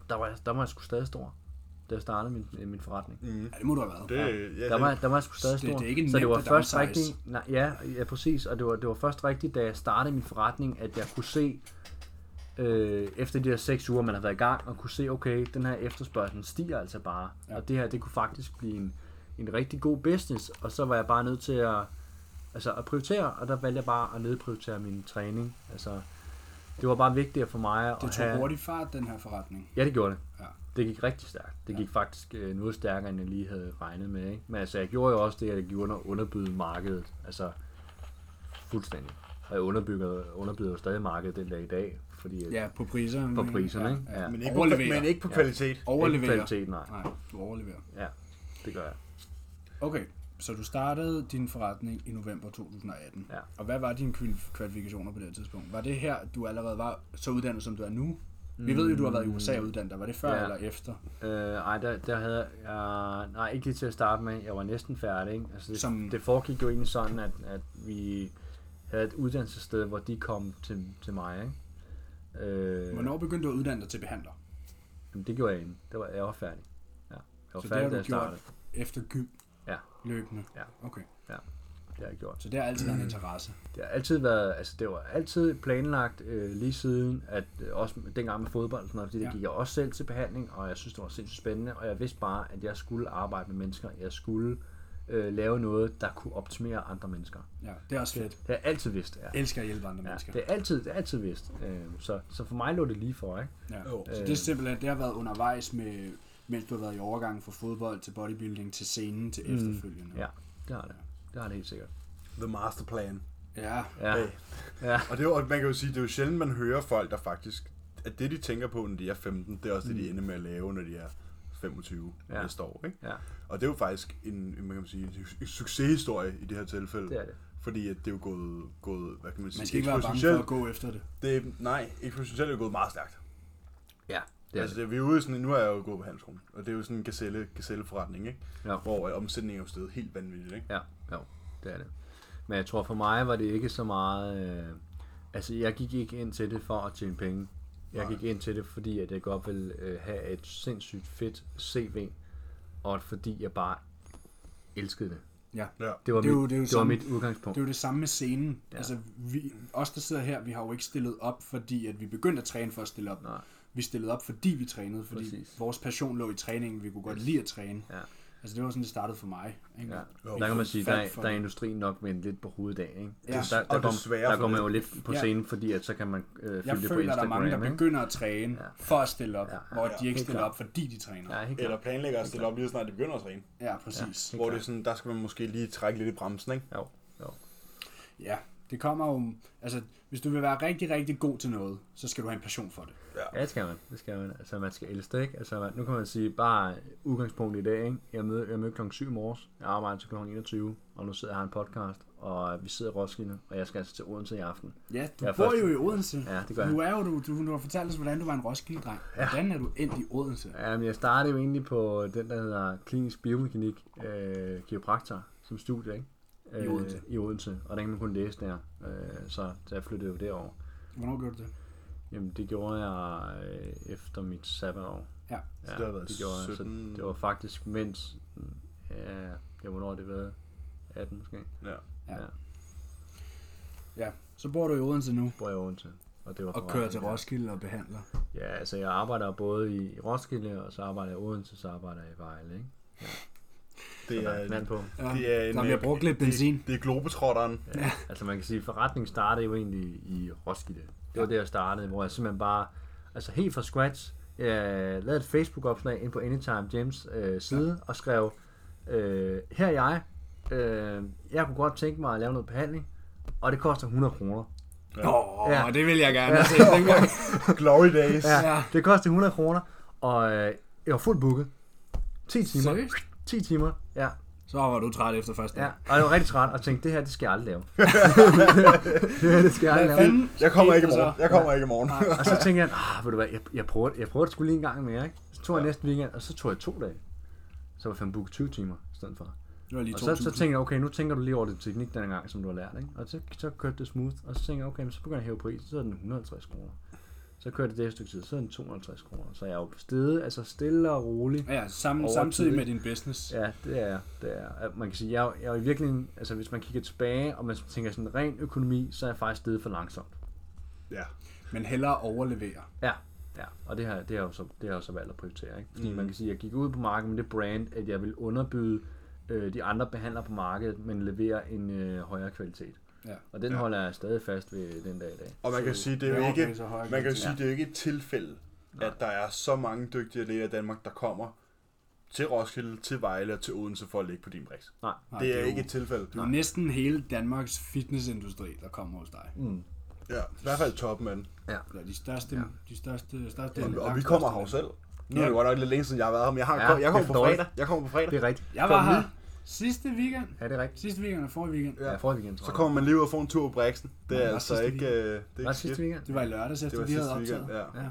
Der var, jeg- der var jeg sgu stadig stor, da jeg startede min, min forretning. Mm. Ja, det må du have været. Det, ja, Der det, var, der var jeg sgu stadig Det- det er stor. ikke så det nemt var at først downsize. rigtigt, nej, ja, ja, præcis, og det var, det var først rigtigt, da jeg startede min forretning, at jeg kunne se, øh, efter de der seks uger, man har været i gang, og kunne se, okay, den her efterspørgsel stiger altså bare, Ja. ja. og det her, det kunne faktisk blive en, en rigtig god business, og så var jeg bare nødt til at, altså, at prioritere, og der valgte jeg bare at nedprioritere min træning, altså, det var bare vigtigere for mig at Det tog have... hurtigt fart, den her forretning. Ja, det gjorde det. Ja. Ja. Det gik rigtig stærkt. Det gik faktisk øh, noget stærkere, end jeg lige havde regnet med. Ikke? Men altså, jeg gjorde jo også det, at jeg gjorde under underbyde markedet. Altså, fuldstændig. Og jeg underbygger, underbyder jo stadig markedet den dag i dag, fordi at, ja. Ja, på priserne. på priserne. Ikke? Ja. men, Ikke ikke på, Overleverer. men ikke på kvalitet. Overleverer. kvaliteten, nej. Nej, du overleverer. Ja, det gør jeg. Okay, så du startede din forretning i november 2018. Ja. Og hvad var dine kvil- kvalifikationer på det her tidspunkt? Var det her, du allerede var så uddannet, som du er nu? Vi ved jo, du har været i USA uddannet dig. Var det før Mm. Ja. ja. eller efter? Øh, ej, der, der havde jeg... Øh, nej, ikke lige til at starte med. Jeg var næsten færdig. Ikke? Altså, det, Som- Som... det foregik jo egentlig sådan, at, at vi havde et uddannelsessted, hvor de kom til, til mig. Ikke? Øh, Hvornår begyndte du at uddanne dig til behandler? Jamen, det gjorde jeg egentlig. Det var, jeg var færdig. Ja. Jeg var Så det har færdig, da du jeg startede. gjort efter gym Ja, løbende? Ja. Okay. det har jeg gjort. Så det har altid (clears throat) været en interesse. Det har altid været, altså det var altid planlagt øh, lige siden, at øh, også dengang med fodbold og sådan noget, fordi ja. Ja. det gik jeg også selv til behandling, og jeg synes, det var sindssygt spændende, og jeg vidste bare, at jeg skulle arbejde med mennesker, jeg skulle øh, lave noget, der kunne optimere andre mennesker. Ja, det er også fedt. Det har jeg altid vidst, ja. Jeg elsker at hjælpe andre ja mennesker. det er altid, det er altid vidst. Øh, så, så for mig lå det lige for, ikke? Ja. Jo. Så det er simpelthen, det har været undervejs med, mens du har været i overgangen fra fodbold til bodybuilding til scenen til efterfølgende. Mm. Ja, det har det. Det har det helt sikkert. The master plan. ja. Ja, Hey. ja. Og det er jo, man kan jo sige, det er jo sjældent, man hører folk, der faktisk, at det de tænker på, når de er 15, det er også det, de ender med at lave, når de er 25 ja. Mm. Ja. næste år. Ikke? ja. Og det er jo faktisk en, en, man kan sige, en su- succeshistorie i det her tilfælde. Det er det. Fordi at det er jo gået, gået hvad kan man sige, Man skal ikke være bange for at gå efter det. det er, nej, eksponentielt er jo gået meget stærkt. ja det Det er altså, det. det, vi er ude i sådan, nu er jeg jo gået på handelsskolen, og det er jo sådan en gazelle, gazelleforretning, ikke? Ja. Hvor øh, omsætningen er jo stedet helt vanvittigt, ikke? Ja, jo, det er det. Men jeg tror for mig var det ikke så meget... Øh, altså, jeg gik ikke ind til det for at tjene penge. Jeg Nej. gik ind til det, fordi at jeg godt ville øh, have et sindssygt fedt CV, og fordi jeg bare elskede det. Ja. Ja. Det var, Det er mit, jo- det er jo det var sådan- mit udgangspunkt. Det er jo det samme med scenen. Ja. Ja. Altså, vi, os der sidder her, vi har jo ikke stillet op, fordi at vi begyndte at træne for at stille op. Nej. Vi stillede op, fordi vi trænede, fordi Præcis. Præcis. vores passion lå i træningen. Vi kunne godt lide at træne. Ja. Altså, det var sådan, det startede for mig. Ikke? Ja. Jo. Der kan man sige, der, Fat for- der er industrien nok vendt lidt på hovedet i dag. Ikke? Ja. Der, der, Og går, desværre der for går man det. jo lidt på Ja. scenen, fordi at så kan man øh, fylde Jeg det føler, på der er Instagram. mange, der ikke? begynder at træne Ja. ja. for at stille op, Ja. ja. hvor Ja, de ikke helt stiller klart. op, fordi de træner. Ja, Ja, helt Eller klart. planlægger at stille op lige så snart de begynder at træne. ja præcis. Ja. Hvor det er sådan, der skal man måske lige trække lidt i bremsen, ikke? Jo, jo. Ja, det kommer jo... Altså, hvis du vil være rigtig, rigtig god til noget, så skal du have en passion for det. Ja, det skal man. Det skal man. Altså, man skal elske det, ikke? Altså, man, nu kan man sige, bare udgangspunkt i dag, ikke? Jeg mødte, jeg mødte klokken 7 i morges, jeg arbejder til klokken 21, og nu sidder jeg og har en podcast, og vi sidder i Roskilde, og jeg skal altså til Odense i aften. Ja, du Ja, ja, bor først- jo i Odense. Ja, det gør jeg. Nu er jo du, du, du har fortalt os, hvordan du var en Roskilde-dreng. Ja. Hvordan er du endt i Odense? Jamen, jeg startede jo egentlig på den, der hedder klinisk biomekanik, øh, kiropraktor, som studie, ikke? Øh, I Odense. I Odense, og der kan man kun læse der, øh, så, så jeg flyttede jo derover. Hvornår gjorde du det? Jamen, det gjorde jeg øh, efter mit sabbatår. Ja. Så det har været gjorde jeg. 17. Så det var faktisk mens... Ja, ja hvornår har det været? 18 måske. Ja. Ja. Ja. Ja, så bor du i Odense nu. Bor jeg Odense. Og, det var Og på kører vejen, til ja. Roskilde og behandler. Ja, altså jeg arbejder både i i Roskilde, og så arbejder jeg i Odense, så arbejder jeg i Vejle, ikke? Det Der er, er knald på. Ja, det er en, der bliver øh, brugt lidt benzin. det er globetrotteren. (laughs) Ja. Altså man kan sige, forretningen startede jo egentlig i Roskilde. Det var der, jeg startede, hvor jeg simpelthen bare, altså helt fra scratch, øh, lavede et Facebook-opslag ind på Anytime James øh, side ja. og skrev, øh, her er jeg, øh, jeg kunne godt tænke mig at lave noget behandling, og det koster 100 kroner. Åh, oh, Ja. det vil jeg gerne have set (laughs) dengang. Glory days. Ja, Ja. det kostede 100 kroner, og øh, jeg var fuldt booket. 10 timer. Seriøst? 10 timer, ja. Så var du træt efter første ja. dag. Og jeg var rigtig træt og tænkte, det her, det skal jeg aldrig (laughs) lave. det her, det skal jeg aldrig lave. Fanden, Jeg kommer ikke i skete der morgen. Jeg kommer ikke i morgen. Og så tænkte jeg, ah, ved du hvad, jeg, jeg, prøver, jeg prøver det sgu lige en gang mere, ikke? Så tog jeg næste weekend, og så tog jeg to dage. Så var jeg fandme booket 20 timer i stedet for. så? Det var lige Og så, så 2000. tænkte jeg, okay, nu tænker du lige over din teknik den gang, som du har lært, ikke? Og så, så kørte det smooth, og så tænkte jeg, okay, men så begynder jeg at hæve prisen, så er den 150 kroner. Så kørte det det et stykke tid, så er den 250 kroner. Så jeg er jo stedet, altså stille og roligt. Ja, ja, sammen, Overtid, samtidig ikke? med din business. Ja, det er jeg. det er. jeg. Man kan sige, jeg, er jo- jeg er jo i virkeligheden, altså hvis man kigger tilbage, og man tænker sådan ren økonomi, så er jeg faktisk stedet for langsomt. (laughs) Ja. Men hellere overlevere. Ja, ja. Og det har, det har, jeg jo så, det har jeg jo så valgt at prioritere. Ikke? Fordi mm. man kan sige, at jeg gik ud på markedet med det brand, at jeg vil underbyde øh, de andre behandlere på markedet, men levere en øh, højere kvalitet. Ja. Og den ja. holder jeg stadig fast ved den dag i dag. Og man kan Så sige, det er jo lavere ikke, priser, højere man kan jo kvalitet. sige, det er jo ikke et tilfælde, at der er så mange dygtige læger i Danmark, der kommer til Roskilde, til Vejle og til Odense for at ligge på din brix. Nej. Det det er er ikke jo- et tilfælde. Det er næsten hele Danmarks fitnessindustri, der kommer hos dig. Mm. Ja, i hvert fald toppen af den. Eller de største, ja. de største, største Og, og vi langt kommer her jo største- selv. Nu er det godt nok lidt længe siden, jeg har været her, men jeg, har, Ja, jeg kommer det på forstår jeg. fredag. Jeg kommer på fredag. Det er rigtigt. Jeg var her sidste weekend. Ja, det er rigtigt. Sidste weekend og forrige weekend. Ja, ja forrige weekend, tror Så kommer man lige ud og får en tur på Brixen. Det er var altså sidste ikke... øh, Det er jeg. Var ikke det sidste skidt. weekend? Mm. Det var i lørdags, efter Det var vi havde sidste optaget. weekend, ja. ja.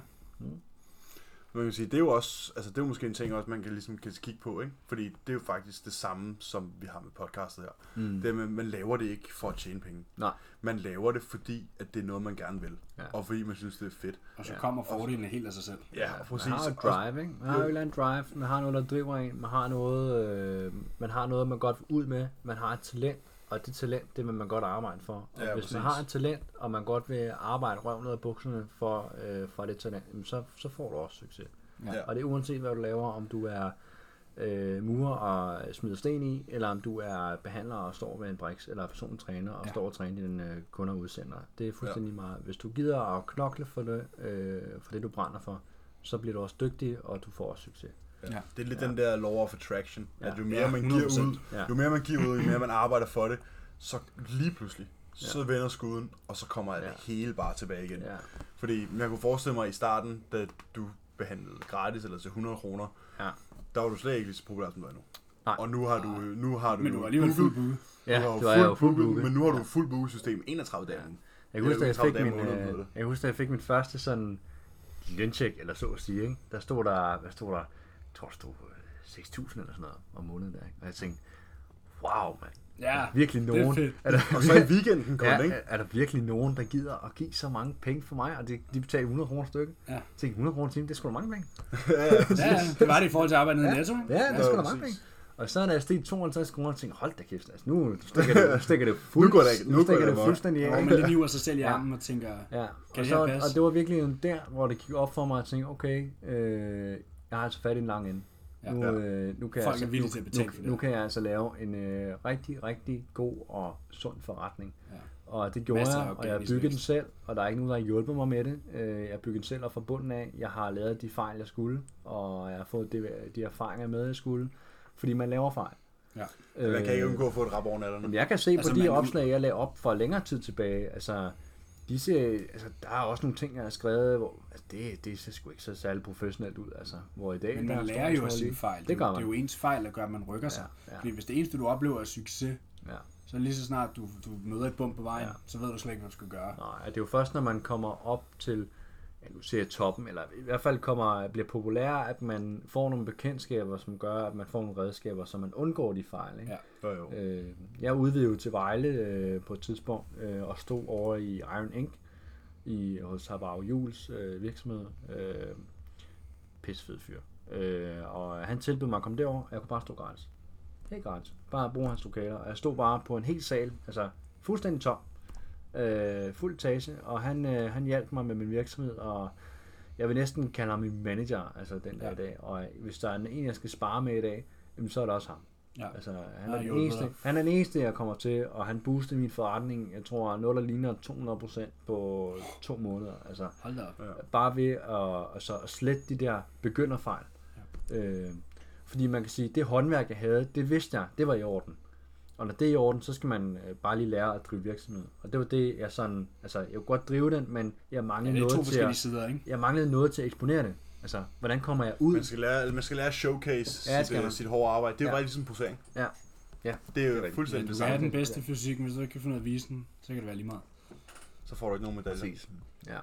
Man kan sige, det er jo også, altså det er jo måske en ting også, man kan ligesom kan kigge på, ikke? Fordi det er jo faktisk det samme, som vi har med podcastet her. Mm. Det er, man, man laver det ikke for at tjene penge. Nej. Man laver det, fordi at det er noget, man gerne vil. Ja. Og fordi man synes, det er fedt. Og så Ja. kommer fordelene helt af sig selv. Ja, og præcis. Man har jo et Også- drive, ikke? Man har jo et eller andet drive, man har noget, der driver en, man har noget, øh, man har noget, man godt vil ud med, man har et talent, og det talent, det vil man godt arbejde for. Og Ja, hvis man præcis. har et talent, og man godt vil arbejde røven ud af bukserne for, øh, for det talent, jamen så, så får du også succes. Ja. Og det er uanset, hvad du laver, om du er øh, murer og smider sten i, eller om du er behandler og står ved en briks, eller personlig træner og Ja. ja. står og træner dine øh, kunder og udsender. Det er fuldstændig ja. meget. Hvis du gider at knokle for det, øh, for det, du brænder for, så bliver du også dygtig, og du får også succes. Ja. Ja. Det er lidt ja. den der law of attraction, ja. Ja. at jo mere Ja, man giver ud, 100%. Ja. jo mere man giver ud, jo mere man arbejder for det, så lige pludselig, så vender skuden, og så kommer det Ja. hele bare tilbage igen. Ja. Fordi jeg kunne forestille mig i starten, da du behandlede gratis eller til 100 kroner, Ja. der var du slet ikke lige så populær, som du er nu. Nej. Og nu har du, nu har du, Men du var alligevel fuld bud. Ja, Ja, du har jo det var jeg jo fuldt fuld booket, booket. men nu har du fuldt booket system 31 dage. Jeg kan huske, da jeg fik Travlt min, dame under øh, noget. jeg kan huske, da jeg fik min første sådan løntjek, eller så at sige, ikke? der stod der, hvad stod der, jeg tror, der stod øh, 6.000 eller sådan noget om måneden der, ikke? og jeg tænkte, wow, mand, Ja, virkelig det er nogen. fedt. Er der, Og så i weekenden kom ja, det, ikke? er, er der virkelig nogen, der gider at give så mange penge for mig, og de, de betaler 100 kroner stykke? Ja. (laughs) Jeg tænkte, 100 kroner timen, det er sgu da mange penge. Ja, ja, det var det i forhold til at arbejde nede i Netto. ikke? Ja, det er sgu da præcis. mange penge. Og så er der steg 52 kroner, og tænkte, hold da kæft, altså, nu stikker det, nu stikker det, fuld, Nu går det ikke- nu nu går stikker det det bare. fuldstændig af. Hvor ikke? man lige niver sig selv i armen og tænker, Ja, Kan og, det så, her passe? og det var virkelig der, hvor det gik op for mig, at jeg tænkte, okay, øh, jeg har altså fat i en lang ende. Ja. Nu, Ja. øh, nu, kan Folk jeg altså, er villige nu, til at betale nu, for det. nu kan jeg altså lave en øh, rigtig, rigtig god og sund forretning. Ja. Og det gjorde Masser af jeg, og jeg organisk byggede den vækst. selv, og der er ikke nogen, der har hjulpet mig med det. Øh, jeg byggede den selv op fra bunden af. Jeg har lavet de fejl, jeg skulle, og jeg har fået det, de erfaringer med, jeg skulle. Fordi man laver fejl. Ja. Øh, Man kan ikke undgå at få et rap over natterne. Jamen, jeg kan se altså, Altså, på de man- opslag, jeg lagde op for længere tid tilbage, altså, disse, altså der er også nogle ting, jeg har skrevet, hvor altså, det, det ser sgu ikke så særlig professionelt ud, altså, hvor i dag... men man der lærer står jo af sådan sine lige- fejl. Det gør Det er man. jo ens fejl, der gør, at man rykker sig. Ja, ja. Fordi hvis det eneste, du oplever er succes, Ja. så lige så snart du, du møder et bump på vejen, Ja. så ved du slet ikke, hvad du skal gøre. Nej, det er jo først, når man kommer op til, ja, nu ser jeg toppen, eller i hvert fald kommer, bliver populær, at man får nogle bekendtskaber, som gør, at man får nogle redskaber, så man undgår de fejl, ikke? Ja. Jo, jo. Øh, jeg udvidede jo til Vejle øh, på et tidspunkt øh, og stod over i Iron Inc. I, hos Habau Jules øh, virksomhed. Øh, pissefed fyr. Øh, og han tilbød mig at komme derover, og jeg kunne bare stå gratis. Helt gratis. Bare bruge hans lokaler. Og jeg stod bare på en hel sal, altså fuldstændig tom. Øh, fuld tage, og han, øh, han hjalp mig med min virksomhed, og jeg vil næsten kalde ham min manager, altså den der i dag. Og hvis der er en, jeg skal spare med i dag, jamen, så er det også ham. Ja. Altså, han Han er, har den hjulpet eneste, dig. han er den eneste, jeg kommer til, og han boostede min forretning, jeg tror, 0 og ligner 200 procent på to måneder. Altså, Hold da op. bare ved at, altså, at slette de der begynderfejl. Ja. Øh, fordi man kan sige, det håndværk, jeg havde, det vidste jeg, det var i orden. Og når det er i orden, så skal man øh, bare lige lære at drive virksomhed. Og det var det, jeg sådan, altså, jeg kunne godt drive den, men jeg Ja, manglede, det er to noget, til forskellige at, sider, ikke? jeg manglede noget til at eksponere det. Altså, hvordan kommer jeg ud? Man skal lære, man skal lære at showcase Ja, ja, sit, det skal øh, man. sit hårde arbejde. Det er jo Ja. bare ligesom posering. Ja. Ja. Det er jo rigtigt. fuldstændig det Du kan have samme. den bedste fysik, men hvis du ikke kan finde ud af at vise den, så kan det være lige meget. Så får du ikke nogen medalje. Præcis. Ja.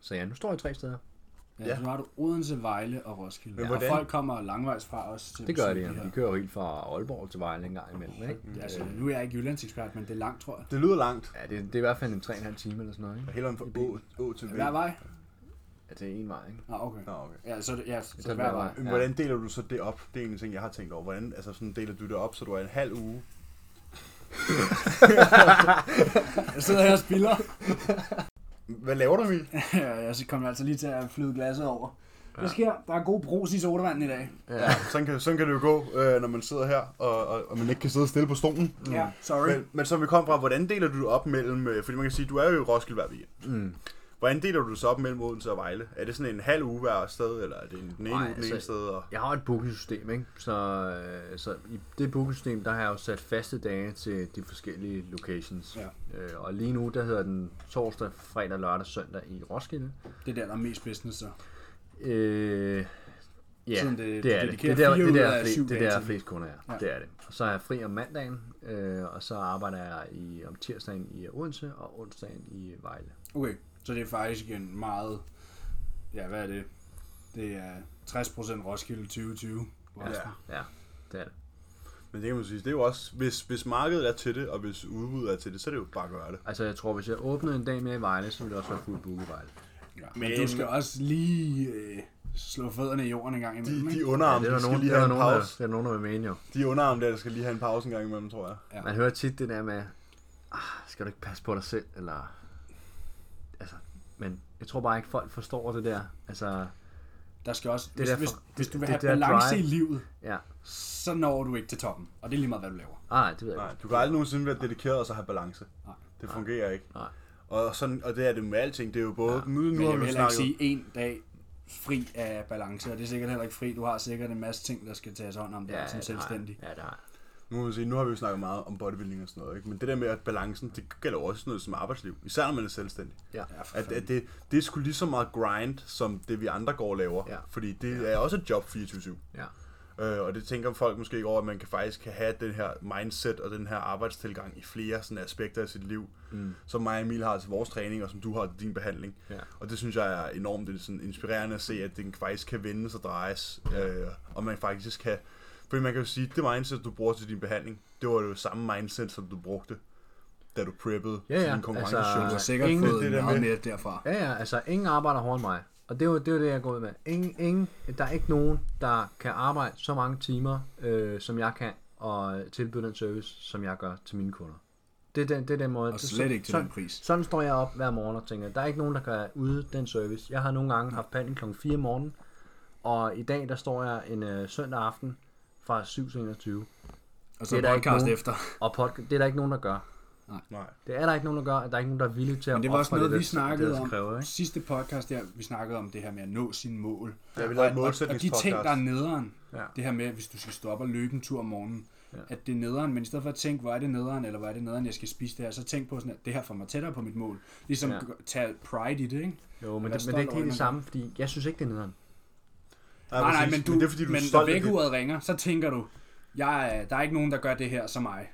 Så ja, nu står jeg tre steder. Ja, Ja. ja. Så har du Odense, Vejle og Roskilde. Men Men hvordan- Og folk kommer langvejs fra os. Til at Det gør besøge de, ja. De her. kører jo helt fra Aalborg til Vejle en gang imellem, ikke? Altså, nu er jeg ikke jyllandsekspert, men det er langt, tror jeg. Det lyder langt. Ja, det, det er i hvert fald en 3,5 time eller sådan noget, ikke? Heller for Å, Å til V. Hver vej? Ja, det er en vej, ikke? Nå, okay. Nå, okay. Ja, så, er det- ja, så, Det er så hver hver vej. vej. Men Ja. Hvordan deler du så det op? Det er en ting, jeg har tænkt over. Hvordan altså sådan deler du det op, så du er en halv uge? Jeg sidder her og spiller. Hvad laver du, Emil? jeg så kommer altså lige til at flyde glasset over. Hvad sker? Der er god brus i sodavanden i dag. Ja, sådan kan, sådan kan det jo gå, øh, når man sidder her, og, og, og man ikke kan sidde stille på stolen. Mm. Ja, sorry. Men, men som vi kom fra, hvordan deler du det op mellem, øh, fordi man kan sige, du er jo i Roskilde hver weekend. Mm. Hvordan deler du det så op mellem Odense og Vejle? Er det sådan en halv uge hver sted, eller er det en, den ene Nej, uge den altså- ene sted? Og... Jeg har et bookingsystem, ikke? Så, øh, så i det bookingsystem, der har jeg jo sat faste dage til de forskellige locations. Ja. Øh, og lige nu, der hedder den torsdag, fredag, lørdag, søndag i Roskilde. Det er der, der er mest business, så. Øh, ja, Sådan det, det- det er det det. Det dedikerer er der, fire det ud der, af fle- syv det er dage der til det. flest kunder er. Ja. Det er det. Og så er jeg fri om mandagen, øh, og så arbejder jeg i, om tirsdagen i Odense og onsdagen i Vejle. Okay, så det er faktisk en meget ja, hvad er det? Det er 60% Roskilde 2020. Ja. Ja, det er det. Men det kan man sige, det er jo også, hvis, hvis markedet er til det, og hvis udbuddet er til det, så er det jo bare at gøre det. Altså, jeg tror, hvis jeg åbnede en dag mere i Vejle, så ville det også være fuldt booket i Vejle. ja. Men, Men- men, du skal også lige øh, slå fødderne i jorden en gang imellem. De, ikke? de Ja, underarme, det er ja, de der skal nogen, lige det er have der en nogen, der, pause. det er der nogen, der vil mene jo. De underarme der, der skal lige have en pause en gang imellem, tror jeg. Ja. Man hører tit det der med, ah, skal du ikke passe på dig selv, eller... Altså, men jeg tror bare ikke, folk forstår det der. Altså, Der skal også, det hvis, der der for- hvis, hvis du vil det have der balance i drive. livet, ja. så når du ikke til toppen. Og det er lige meget, hvad du laver. Ah, det ved jeg Nej, ikke. du kan aldrig nogensinde være dedikeret og så have balance. Nej. Det fungerer ikke. Nej. Og, sådan, og det er det med alting. Det er jo både... Nu, nu Men har vi jeg vil jo heller ikke snakket... sige en dag fri af balance, og det er sikkert heller ikke fri. Du har sikkert en masse ting, der skal tages hånd om der ja, som det har jeg. selvstændig. Ja, det har jeg. Nu, må man sige, nu har vi jo snakket meget om bodybuilding og sådan noget, ikke? men det der med, at balancen, det gælder jo også sådan noget som arbejdsliv, især når man er selvstændig. Ja. Ja, for At, fanden. at det, det er sgu lige så meget grind, som det vi andre går og laver, Ja. fordi det er også et job 24-7. ja. Øh, og det tænker folk måske ikke over, at man kan faktisk kan have den her mindset og den her arbejdstilgang i flere sådan aspekter af sit liv, mm. som mig og Emil har til vores træning, og som du har til din behandling. Ja. Og det synes jeg er enormt det er sådan inspirerende at se, at den faktisk kan vendes og drejes, øh, og man faktisk kan... Fordi man kan jo sige, at det mindset, du bruger til din behandling, det var jo samme mindset, som du brugte, da du preppede Ja, til ja, din konkurrence. Du har altså- sikkert Ingen- fået det der meget med- mere derfra. Ja, ja, altså ingen arbejder hårdere end mig. Og det er jo det, er jo det jeg går ud med. Ingen, ingen, der er ikke nogen, der kan arbejde så mange timer, øh, som jeg kan, og øh, tilbyde den service, som jeg gør til mine kunder. Det er den, det er den måde. Og det- slet ikke til sådan, den pris. Sådan står jeg op hver morgen og tænker, der er ikke nogen, der kan yde den service. Jeg har nogle gange haft panden kl. 4 om morgenen, og i dag, der står jeg en øh, søndag aften fra 7 til 21. Og så Det er det der ikke podcast nogen- efter. Og pod- det er der ikke nogen, der gør. Nej. Det er der ikke nogen, der gør, og der er ikke nogen, der er villige til at Men det var også ofre noget, det, vi det- det, snakkede det om kræver, ikke? sidste podcast der. Vi snakkede om det her med at nå sine mål. Ja, vi Og- lavede en og- Og de ting, målsætningspodcast. der er nederen. Ja. Det her med, hvis du skal stoppe og løbe en tur om morgenen. At det er nederen, men i stedet for at tænke, hvor er det nederen, eller hvor er det nederen, jeg skal spise det her, så tænk på sådan, at det her får mig tættere på mit mål. Ligesom Ja. ja. tage pride i det, ikke? Jo, Vær men det, men stolt det er over ikke det, helt det man samme, fordi jeg synes ikke, det er nederen. Ja, Nej, nej, præcis. men, du, men det er fordi, du men er når stolt af dit- vækkeuret ringer, så tænker du, jeg, er- der er ikke nogen, der gør det her som mig.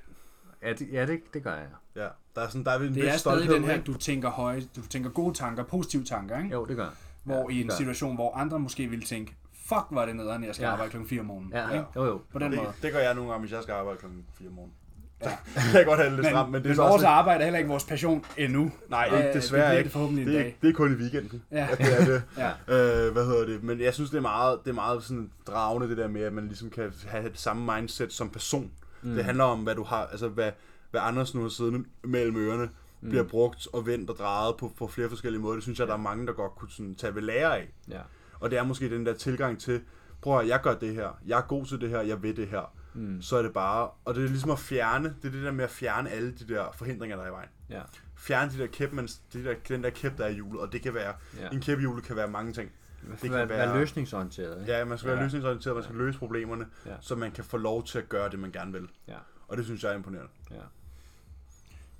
Ja, det, ja, det, det gør jeg. Ja, der er sådan, der er en Det er vis stadig stolthed. den her, ikke? du tænker høje, du tænker gode tanker, positive tanker, ikke? Jo, det gør jeg. Hvor i ja, en det gør jeg. situation, hvor andre måske ville tænke, fuck, var det nederen, jeg skal Ja. ja. arbejde klokken 4 om morgenen. Ja, ikke? ja. jo, jo. På den måde. Det, det gør jeg nogle gange, hvis jeg skal arbejde kl. 4 om morgenen. (laughs) Ja. det kan godt have det lidt Men, stramt, men det er så vores også... arbejde er heller ikke vores passion endnu. Nej, Øh, ikke, desværre det bliver ikke. det forhåbentlig en det, er- dag. det er kun i weekenden. Ja. At det er det. (laughs) Ja. Øh, hvad hedder det? Men jeg synes, det er meget, det er meget sådan dragende, det der med, at man ligesom kan have det samme mindset som person. Mm. Det handler om, hvad du har, altså hvad, hvad Anders nu har siddende mellem ørerne, mm. bliver brugt og vendt og drejet på, på flere forskellige måder. Det synes jeg, der er mange, der godt kunne sådan, tage ved lære af. Ja. Og det er måske den der tilgang til, prøv at høre, jeg gør det her, jeg er god til det her, jeg ved det her. Mm. Så er det bare, og det er ligesom at fjerne, det er det der med at fjerne alle de der forhindringer, der er i vejen. ja. Fjerne de der kæp, men de der, den der kæp, der er i hjulet, og det kan være, Ja. ja. en kæphjul kan være mange ting. Det kan være, være løsningsorienteret. Ikke? Ja, man skal være Ja. løsningsorienteret, man skal løse problemerne, Ja. ja. så man kan få lov til at gøre det, man gerne vil. Ja. Og det synes jeg er imponerende. ja.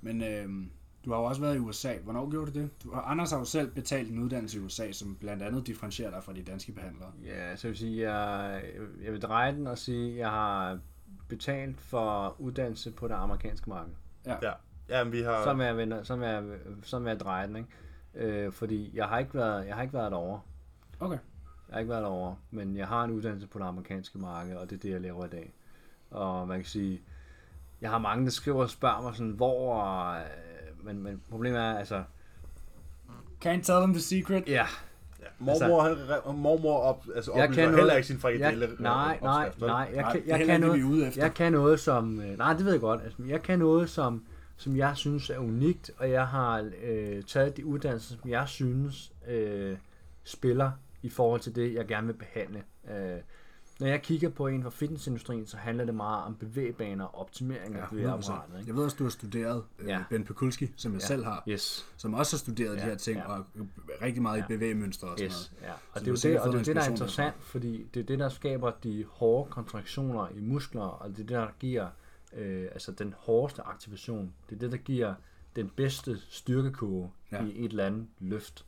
Men øh, du har jo også været i USA. Hvornår gjorde du det? Du, og Anders har jo selv betalt en uddannelse i USA, som blandt andet differentierer dig fra de danske behandlere. Ja, så jeg vil sige, jeg, jeg vil dreje den og sige, at jeg har betalt for uddannelse på det amerikanske marked. Ja, ja men vi har... Sådan vil jeg, vende- sådan vil jeg, sådan vil jeg dreje den, ikke? Øh, fordi jeg har ikke været, jeg har ikke været derovre. Okay. Jeg har ikke været derovre, men jeg har en uddannelse på det amerikanske marked, og det er det, jeg laver i dag. Og man kan sige, jeg har mange, der skriver og spørger mig sådan, hvor... Og, øh, men, men problemet er, altså... Can't tell them the secret. Ja, Mormor, altså, han, mormor op, altså, jeg oplyser kan heller ikke sin frikadelle. jeg, Nej, nej, opskrift, vel? nej. Jeg, Nej, kan, det er jeg, heller kan ikke det, vi er ude noget, efter. jeg kan noget, som... øh, Nej, det ved jeg godt. Altså, jeg kan noget, som, som jeg synes er unikt, og jeg har øh, taget de uddannelser, som jeg synes øh, spiller i forhold til det, jeg gerne vil behandle. Øh, når jeg kigger på en fra fitnessindustrien, så handler det meget om bevægbaner og optimering af ja, 100%. apparatet. Ikke? Jeg ved også, du har studeret øh, Ja. ja. Ben Pekulski, som jeg ja. selv har, Yes. som også har studeret ja. de her ting, ja. ja. og øh, rigtig meget ja. i bevægemønstre og sådan Yes, noget. ja. Så Og det du er har jo det, sikkert fået og det, er det, der er noget inspiration interessant, fordi det er det, der skaber de hårde kontraktioner i muskler, og det er det, der giver øh, altså den hårdeste aktivation. Det er det, der giver den bedste styrkekurve ja. Ja. i et eller andet løft.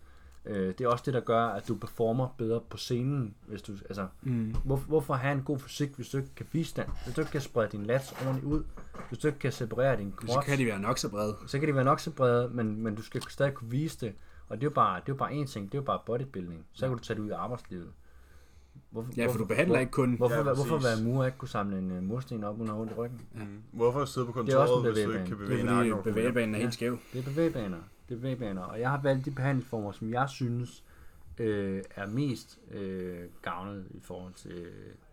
Øh, det er også det, der gør, at du performer bedre på scenen. Hvis du, altså, mm. hvor, hvorfor have en god fysik, hvis du ikke kan vise den? Hvis du ikke kan sprede din lats ordentligt ud? Hvis du ikke kan separere din krop? derfra. Så kan de være nok så brede. så kan de være nok så brede, men, men du skal stadig kunne vise det. Og det er jo bare, det er jo bare én ting, det er jo bare bodybuilding. Så kan du tage det ud i arbejdslivet. Hvorfor, Ja, for du behandler ikke kun... Hvorfor, Ja, ja, hvorfor præcis. være murer ikke kunne samle en øh, mursten op, hun har ondt i ryggen? Mm. Hvorfor sidde på Det er også en kontoret, hvis du ikke kan bevægebane. Det bevæge nakken? er fordi over bevægebanen er helt skæv. Det er bevægbaner. Det er bevægbaner. Og jeg har valgt de behandlingsformer, som jeg synes øh, er mest øh, gavnet i forhold til, øh,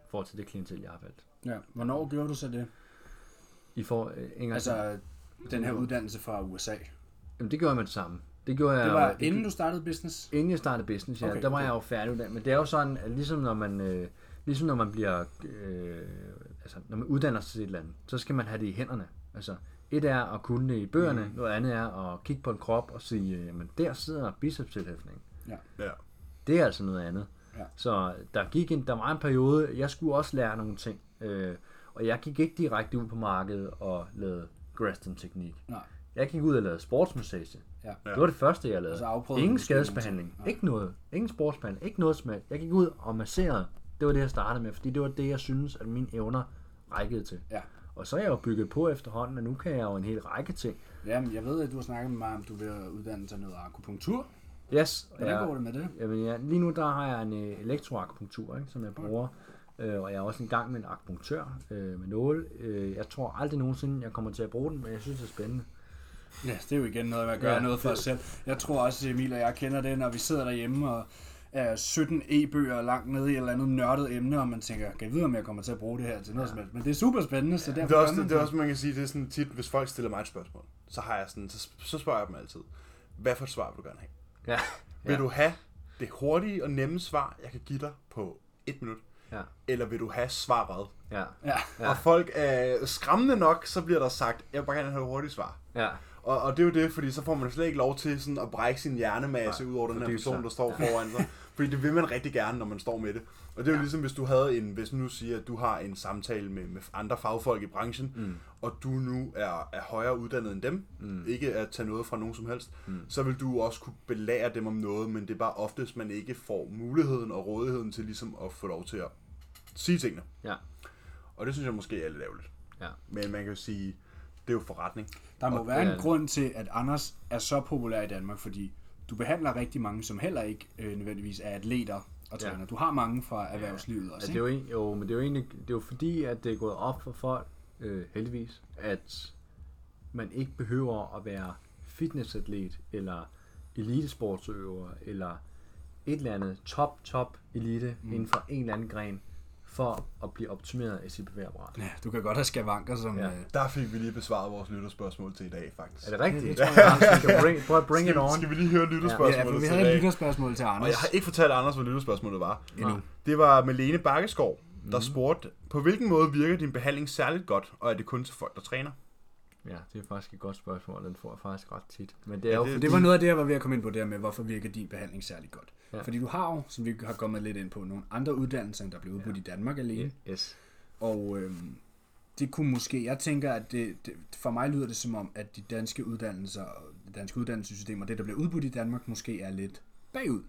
forhold til det klientel, jeg har valgt. Ja. Hvornår gjorde du så det? I for, øh, ikke altså, Altså, den her uddannelse fra USA. jamen, det gjorde jeg med det samme. Det gjorde jeg, Det var det, inden du startede business? inden jeg startede business, ja, Okay, okay, der var okay. jeg jo færdig uddannet. Men det er jo sådan, at ligesom når man, øh, ligesom når man bliver, øh, altså når man uddanner sig til et eller andet, så skal man have det i hænderne. Altså, et er at kunne det i bøgerne, mm. noget andet er at kigge på en krop og sige, øh, jamen der sidder bicepstilhæftning. det. Ja. Det er altså noget andet. Ja. Så der gik en, der var en periode, jeg skulle også lære nogle ting. Øh, og jeg gik ikke direkte ud på markedet og lavede Graston teknik. Nej. Jeg gik ud og lavede sportsmassage. Ja. Det var det første, jeg lavede. Og så afprøvede du Ingen måske skadesbehandling. nogle ting. Ja. Ikke noget. Ingen sportsbehandling. Ikke noget smalt. Jeg gik ud og masserede. Det var det, jeg startede med, fordi det var det, jeg synes, at mine evner rækkede til. Ja. Og så er jeg jo bygget på efterhånden, og nu kan jeg jo en hel række ting. Jamen, jeg ved, at du har snakket med mig om, du vil uddanne dig noget akupunktur. Yes, Hvordan jeg- går det med det? Jamen, ja, lige nu der har jeg en øh, elektroakupunktur, ikke, som jeg bruger. Øh, og jeg er også en gang med en akupunktør øh, med nåle. Øh, jeg tror aldrig nogensinde, jeg kommer til at bruge den, men jeg synes, det er spændende. Ja, det er jo igen noget med at gøre ja. Ja. noget for os selv. Jeg tror også, Emil og jeg kender det, når vi sidder derhjemme og er 17 e-bøger langt nede i et eller andet nørdet emne, og man tænker, kan jeg vide, om jeg kommer til at bruge det her til noget ja. som helst. Men det er super spændende, så derfor Det er, også, gør man det, det er også, man kan sige, det er sådan tit, hvis folk stiller mig et spørgsmål, så har jeg sådan, så, så spørger jeg dem altid, hvad for et svar vil du gerne have? Ja. Ja. Vil du have det hurtige og nemme svar, jeg kan give dig på et minut, Ja. eller vil du have svaret? Ja. Ja. Ja. Og folk er skræmmende nok, så bliver der sagt, jeg vil bare gerne have et hurtigt svar. Ja. Og, og det er jo det, fordi så får man slet ikke lov til sådan at brække sin hjernemasse ud over den her fordybe person, sig. der står foran (laughs) sig. Fordi det vil man rigtig gerne, når man står med det. Og det er jo ligesom, hvis du havde en, hvis nu siger, at du har en samtale med, med andre fagfolk i branchen, mm. og du nu er, er højere uddannet end dem, mm. ikke at tage noget fra nogen som helst, mm. så vil du også kunne belære dem om noget, men det er bare oftest, man ikke får muligheden og rådigheden til ligesom at få lov til at sige tingene. Ja. Og det synes jeg måske er lidt ærgerligt. Ja. Men man kan jo sige, det er jo forretning. Der må være det en er det. grund til, at Anders er så populær i Danmark, fordi du behandler rigtig mange, som heller ikke øh, nødvendigvis er atleter og Ja. træner. Du har mange fra erhvervslivet Ja, også, det er ikke? jo, en, jo, men det er jo egentlig det er jo fordi, at det er gået op for folk, øh, heldigvis, at man ikke behøver at være fitnessatlet, eller elitesportsøver, eller et eller andet top, top elite mm. inden for en eller anden gren, for at blive optimeret af sit bevægeapparat. Ja, du kan godt have skavanker, som... Ja. Ja. Øh, Der fik vi lige besvaret vores lytterspørgsmål til i dag, faktisk. Er det rigtigt? tror Jeg tror, skal bring, prøv at bring it skal, on. skal vi lige høre lytterspørgsmålet ja, for vi til havde i et dag? lytterspørgsmål til Og Anders. jeg har ikke fortalt Anders, hvad lytterspørgsmålet var. Endnu. Det var Melene Bakkeskov, der Mhm. spurgte, på hvilken måde virker din behandling særligt godt, og er det kun til folk, der træner? Ja, det er faktisk et godt spørgsmål, og den får jeg faktisk ret tit. Men det er jo det- fordi, Det var noget af det, jeg var ved at komme ind på der med, hvorfor virker din behandling særlig godt. Ja. Ja. Fordi du har jo, som vi har kommet lidt ind på, nogle andre uddannelser, end der blev udbudt ja. i Danmark alene. Yeah. yes. Og øhm, det kunne måske, jeg tænker, at det, det, for mig lyder det som om, at de danske uddannelser, og det danske uddannelsessystem og det, der bliver udbudt i Danmark, måske er lidt bagud.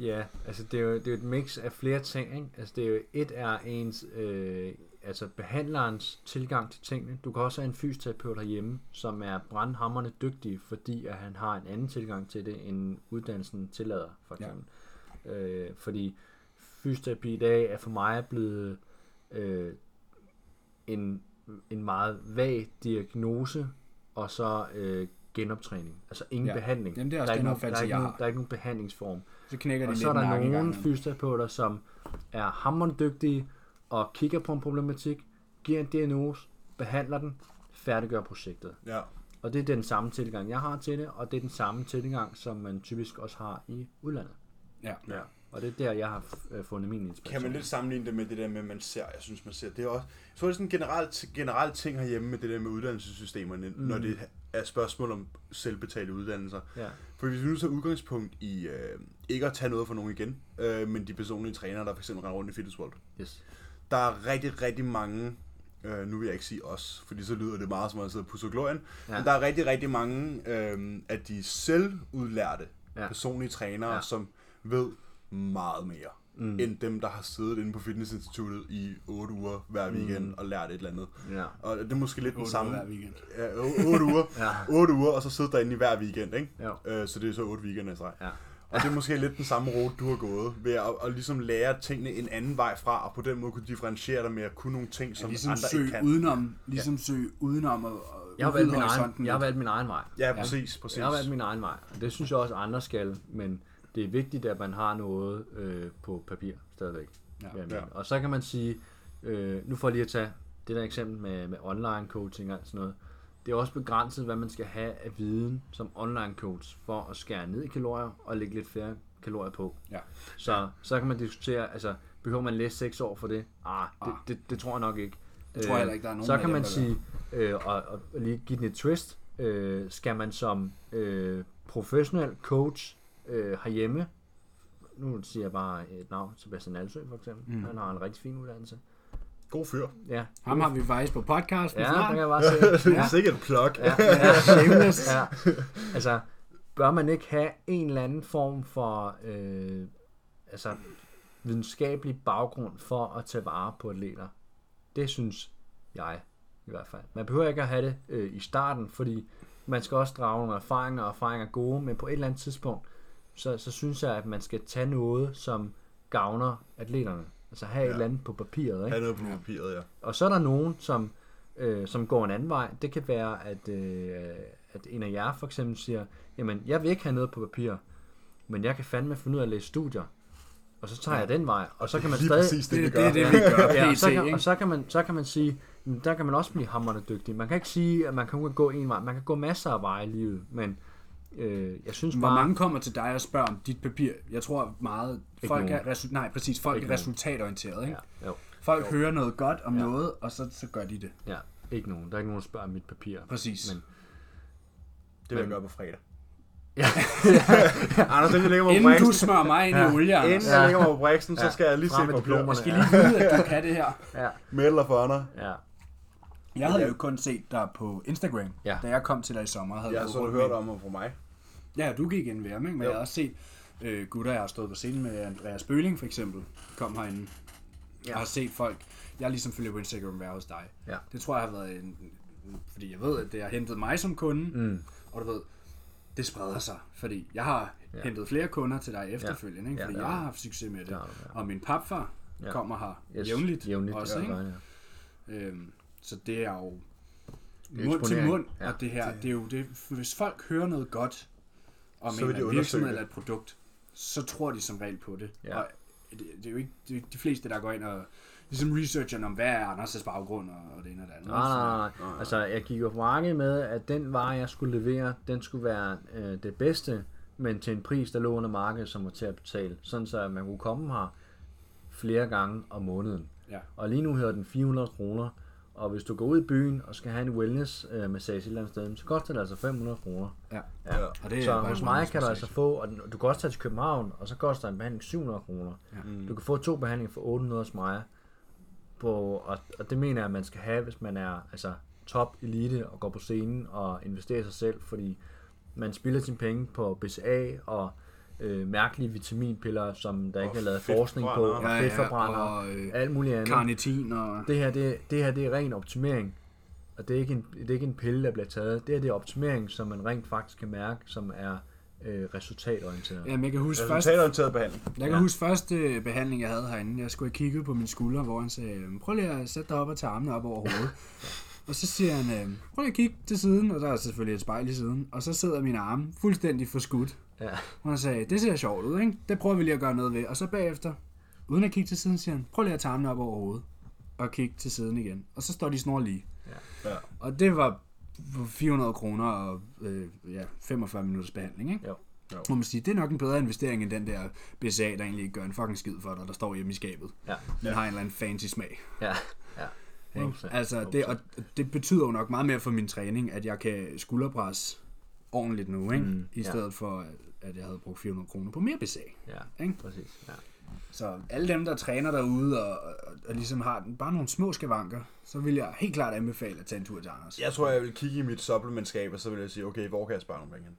Ja, altså det er jo, det er jo et mix af flere ting. Ikke? Altså det er jo, et er ens, øh, altså behandlerens tilgang til tingene. Du kan også have en fysioterapeut herhjemme, som er brandhammerne dygtig, fordi at han har en anden tilgang til det, end uddannelsen tillader, for Ja. eksempel. Ja. Øh, fordi fysioterapi i dag er for mig blevet øh, en, en meget vag diagnose, og så øh, genoptræning. Altså ingen Ja. ja. behandling. Jamen, det er også der, den er ikke nogen, der, opfattelse, er ikke jeg nogen, har. der er ikke nogen behandlingsform. Så knækker de Og lidt så er der nakken i nogle gangen. fysioterapeuter, som er hammerende dygtige og kigger på en problematik, giver en diagnose, behandler den, færdiggør projektet. Ja. Og det er den samme tilgang, jeg har til det, og det er den samme tilgang, som man typisk også har i udlandet. Ja. ja. Og det er der, jeg har f- øh, fundet min inspiration. Kan man lidt sammenligne det med det der med, man ser, jeg synes, man ser, det er også, jeg tror, det er sådan en generel, generel ting herhjemme med det der med uddannelsessystemerne, mm. når det er spørgsmål om selvbetalte uddannelser. Ja. For hvis vi nu tager udgangspunkt i, øh, ikke at tage noget fra nogen igen, øh, men de personlige trænere, der for eksempel render rundt i Fitness World. Yes. Der er rigtig, rigtig mange, øh, nu vil jeg ikke sige os, fordi så lyder det meget som om jeg sidder og pusser glorien, ja. Ja. men der er rigtig, rigtig mange øh, af de selvudlærte ja. Ja. personlige trænere, ja. Ja. som ved meget mere. mm. end dem, der har siddet inde på fitnessinstituttet i 8 uger hver weekend mm. og lært et eller andet. Ja. Og det er måske lidt den Otte samme... hver weekend. Ja, 8 uger. Ja. 8 uger, og så sidde derinde i hver weekend, ikke? Jo. Øh, så det er så 8 weekender i streg. Ja. Og det er måske lidt den samme rute, du har gået, ved at, at ligesom lære tingene en anden vej fra, og på den måde kunne differentiere dig med at kunne nogle ting, som ja, Ligesom andre ikke søg kan. udenom, ligesom søg udenom og, og Jeg har, udvide valgt min horisonten egen, jeg har lidt. valgt min egen vej. Ja, præcis, præcis. Jeg har valgt min egen vej. Og det synes jeg også, andre skal. Men det er vigtigt, at man har noget øh, på papir stadigvæk. Ja. vil jeg Ja. mene. Og så kan man sige, øh, nu får jeg lige at tage det der eksempel med, med online coaching og alt sådan noget. Det er også begrænset, hvad man skal have af viden som online coach for at skære ned i kalorier og lægge lidt færre kalorier på. Ja. Så, så kan man diskutere, altså behøver man læse 6 år for det? Ah, det, det, det tror jeg nok ikke. Øh, Det tror jeg heller ikke, der er nogen Så af kan dem, man der sige, øh, og, og lige give den et twist, øh, skal man som øh, professionel coach øh, herhjemme, nu siger jeg bare et navn, Sebastian Alsø for eksempel, mm. han har en rigtig fin uddannelse. God fyr. Ja, Ham har vi faktisk på podcasten ja der snart. kan jeg bare (laughs) se. Det er sikkert plug. Ja. Shameless. Ja. Altså, bør man ikke have en eller anden form for øh, altså, videnskabelig baggrund for at tage vare på atleter? Det synes jeg i hvert fald. Man behøver ikke at have det øh, i starten, fordi man skal også drage nogle erfaringer, og erfaringer er gode, men på et eller andet tidspunkt, så, så synes jeg, at man skal tage noget, som gavner atleterne. Altså have ja. et eller andet på papiret. Ikke? Han er på papiret, ja. Og så er der nogen, som, øh, som går en anden vej. Det kan være, at, øh, at en af jer for eksempel siger, jamen jeg vil ikke have noget på papir, men jeg kan fandme finde ud af at læse studier. Og så tager jeg den vej, og så kan man Lige stadig... (laughs) præcis det, Det vi er gør. det, det, vi gør Ja, og pt. så, kan, ikke? og så kan man, så kan man sige, jamen, der kan man også blive hammerende dygtig. Man kan ikke sige, at man kan gå en vej. Man kan gå masser af veje i livet, men øh, jeg synes Hvor bare... mange kommer til dig og spørger om dit papir? Jeg tror meget, folk nogen. er, resu- nej, præcis, folk Ikke er nogen. resultatorienterede. Ikke? Ja, jo, Folk hører noget godt om noget, og så, så gør de det. ja, ikke nogen. Der er ikke nogen, der spørger om mit papir. Præcis. Men, Det vil jeg gøre på fredag. ja, (laughs) Anders, den jeg lægger mig på Inden du Brixen, smører mig ind i olie, Anders. inden jeg lægger mig på Brixen, så skal jeg lige se frem med på diplomerne. plommer. Jeg skal lige vide, at du kan det her. ja, Meld dig for Anna. ja, Jeg havde jo kun set dig på Instagram, Ja. da jeg kom til dig i sommer. Havde Jeg du så du rundt hørt med- om ham fra mig. Ja, du gik igen ved ham, ikke? men Jo. jo. jeg har også set øh, gutter, jeg har stået på scenen med Andreas Bøling for eksempel, kom herinde. Ja. Og har set folk, jeg ligesom følger på Instagram være hos dig. Ja. Det tror jeg har været en, fordi jeg ved, at det har hentet mig som kunde, mm. og du ved, det spreder sig, fordi jeg har ja. hentet flere kunder til dig efterfølgende, ikke? Ja, fordi det jeg har har du. haft succes med det. har du, ja. Og min papfar ja. kommer her yes. jævnligt, jævnligt også, ja, ikke? gør jeg. Øhm, så det er jo mund til Eksponering. mund, Ja. ja. og det her, det er jo det, hvis folk hører noget godt om Så vil de en eller anden undersøge virksomhed det. eller et produkt, så tror de som regel på det. Ja. Og det, det er jo ikke det er jo ikke de fleste, der går ind og ligesom researcher om, hvad er Anders' baggrund og, og det ene og det andet. Nej, nej, nej, nej. Altså, jeg gik jo på markedet med, at den vare, jeg skulle levere, den skulle være øh, det bedste, men til en pris, der lå under markedet, som var til at betale. Sådan så, at man kunne komme her flere gange om måneden. Ja. Og lige nu hedder den 400 kroner. Og hvis du går ud i byen og skal have en wellness-massage et eller andet sted, så koster det altså 500 kroner. Ja. Ja. Og det er Så bare hos en mig kan du massage. altså få, og den- du kan også tage til København, og så koster en behandling 700 kroner. Ja. Du kan få to behandlinger for 800 hos mig. På, og, og det mener jeg, at man skal have, hvis man er altså, top elite og går på scenen og investerer i sig selv, fordi man spilder sine penge på BCA og øh, mærkelige vitaminpiller, som der ikke er lavet forskning på, og fedtbrændere. Ja, ja, fedtforbrændere, og, øh, alt muligt andet. Karnitin og... Det her, det, det her, det er ren optimering. Og det er, ikke en, det er ikke en pille, der bliver taget. Det her, det er optimering, som man rent faktisk kan mærke, som er øh, resultatorienteret. Jamen, jeg kan huske først, Resultatorienteret behandling. jeg kan huske første øh, behandling, jeg havde herinde. Jeg skulle have kigget på min skulder, hvor han sagde, "Øhm, prøv lige at sætte dig op og tage armene op over (laughs) hovedet. Og så siger han, øhm, prøv lige at kigge til siden, og der er selvfølgelig et spejl i siden. Og så sidder mine arme fuldstændig forskudt. Ja. Og han sagde, det ser sjovt ud, ikke? Det prøver vi lige at gøre noget ved. Og så bagefter, uden at kigge til siden, siger han, prøv lige at tage armene op over hovedet. Og kigge til siden igen. Og så står de snor lige. Ja. Og det var 400 kroner og øh, ja, 45 minutters behandling, ikke? Jo. Jo. Må man sige, det er nok en bedre investering end den der BCA, der egentlig ikke gør en fucking skid for dig, der står hjemme i skabet. Ja. Den har en eller anden fancy smag. Ja. ja. Ikke? 100%. Altså, det, og det betyder jo nok meget mere for min træning, at jeg kan skulderpres ordentligt nu, ikke? Mm, I ja. stedet for, at jeg havde brugt 400 kroner på mere BCA. Ja, Ikke? præcis. Ja. Så alle dem, der træner derude og, og, og ligesom har den- bare nogle små skavanker, så vil jeg helt klart anbefale at tage en tur til Anders. Jeg tror, jeg vil kigge i mit supplementskab, og så vil jeg sige, okay, hvor kan jeg spare nogle penge? hen?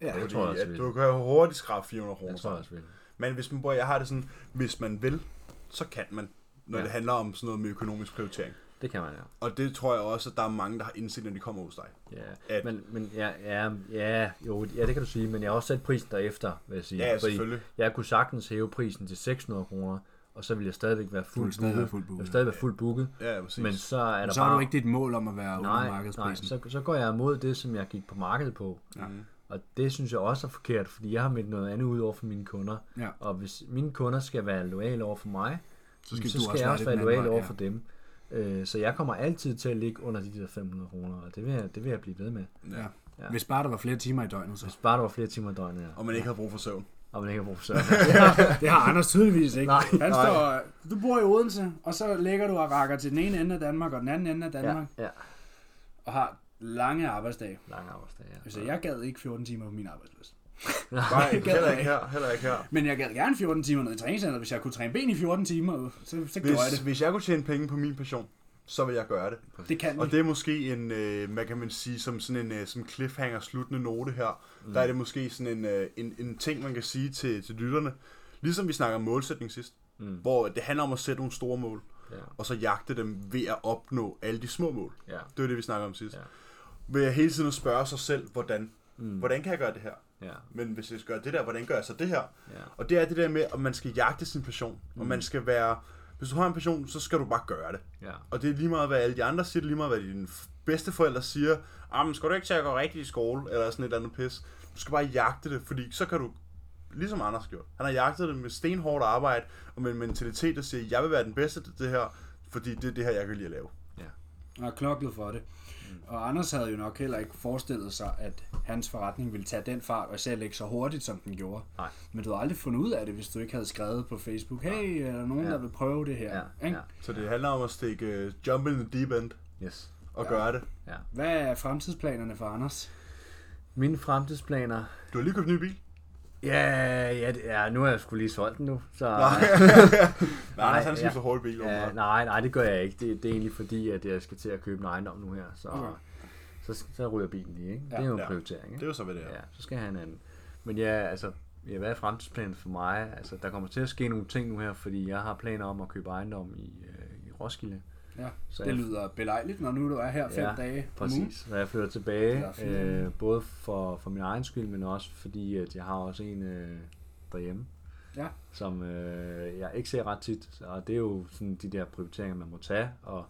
ja. tror jeg Fordi også, at vi- du kan hurtigt skrabe 400 kroner Jeg tror jeg sammen. også, vi vil. Men hvis man, bror, jeg har det sådan, hvis man vil, så kan man, når ja. Ja. det handler om sådan noget med økonomisk prioritering. Det kan man, ja. Og det tror jeg også, at der er mange, der har indset, når de kommer hos dig. Ja, At- men, men ja, ja, ja, jo, ja, det kan du sige, men jeg har også sat prisen derefter, vil jeg sige. Ja, selvfølgelig. Jeg kunne sagtens hæve prisen til 600 kroner, og så ville jeg stadigvæk være Du fuldt vil stadig være fuldt Jeg booket. vil stadig være fuldt booket, Ja, ja, præcis. men så er der Så bare... har du ikke dit mål om at være under nej, nej markedsprisen. så, så går jeg imod det, som jeg gik på markedet på. Ja. Og det synes jeg også er forkert, fordi jeg har meldt noget andet ud over for mine kunder. Ja. Og hvis mine kunder skal være lojale over for mig, Så så skal, så skal jeg også være lojal over for dem. Øh, så jeg kommer altid til at ligge under de der 500 kroner, og det vil jeg, det vil jeg blive ved med. Ja. Ja. Hvis bare der var flere timer i døgnet, så... Bare der var flere timer i døgnet, ja. Og man ikke har brug for søvn. og man ikke har (laughs) brug for søvn. Det har Anders tydeligvis ikke. Nej. Han står, du bor i Odense, og så ligger du og rakker til den ene ende af Danmark og den anden ende af Danmark, ja, ja. ja. og har lange arbejdsdage. Lang arbejdsdag, ja. Altså, jeg gad ikke 14 timer på min arbejdsplads. Nej, Det (laughs) gad heller jeg ikke her. Heller ikke her. Men jeg gad gerne 14 timer ned i træningscenteret, hvis jeg kunne træne ben i 14 timer, så, så gjorde jeg Hvis, det. hvis jeg kunne tjene penge på min passion, så vil jeg gøre det. Det kan Og vi. det er måske en, øh, hvad kan man sige, som sådan en øh, som cliffhanger sluttende note her. Mm. Der er det måske sådan en, øh, en, en ting, man kan sige til, til lytterne. Ligesom vi snakker om målsætning sidst, mm. hvor det handler om at sætte nogle store mål, Ja. og så jagte dem ved at opnå alle de små mål. Ja. Det var det, vi snakker om sidst. Ja. Ja. Ved at hele tiden at spørge sig selv, hvordan, mm. hvordan kan jeg gøre det her? Ja. Men hvis jeg skal gøre det der, hvordan gør jeg så det her? Ja. Og det er det der med, at man skal jagte sin passion, mm. og man skal være... Hvis du har en passion, så skal du bare gøre det. Ja. Og det er lige meget, hvad alle de andre siger, det er lige meget, hvad dine f- bedsteforældre siger. Ah, men skal du ikke til at gå rigtig i skole, eller sådan et eller andet pis. Du skal bare jagte det, fordi så kan du, ligesom Anders gjorde, han har jagtet det med stenhårdt arbejde, og med en mentalitet, der siger, jeg vil være den bedste til det her, fordi det er det her, jeg kan lide at lave. ja. Og knoklet for det. Mm. Og Anders havde jo nok heller ikke forestillet sig, at hans forretning ville tage den fart, og især ikke så hurtigt, som den gjorde. Nej. Men du havde aldrig fundet ud af det, hvis du ikke havde skrevet på Facebook, hey, er der nogen, Ja. der vil prøve det her? Ja. Ikke? ja. Så det handler om at stikke uh, jump in the deep end Yes. og ja. gøre det. Ja. Hvad er fremtidsplanerne for Anders? Mine fremtidsplaner... Du har lige købt en ny bil. Ja, ja, det- ja, nu har jeg skulle lige solgt den nu, så... (laughs) Nej, Anders, han ja. skifter hårdt bil. Ja, Ja, nej, nej, det gør jeg ikke. Det, det er egentlig fordi, at jeg skal til at købe en ejendom nu her, så, Okay. okay. så, så ryger bilen lige, ikke? Ja, det er jo en Mm. ja. prioritering, det er ikke? jo så, hvad det er. Ja, så skal jeg have en anden. Men ja, altså, ja, hvad er fremtidsplanen for mig? Altså, der kommer til at ske nogle ting nu her, fordi jeg har planer om at købe ejendom i, øh, i Roskilde. Ja, Så det jeg- lyder belejligt, når nu du er her fem Ja, dage om ugen. Præcis, når jeg flytter tilbage, Mm. Det er fint. øh, både for, for min egen skyld, men også fordi, at jeg har også en øh, derhjemme, Ja. som øh, jeg ikke ser ret tit, og det er jo sådan de der prioriteringer, man må tage, og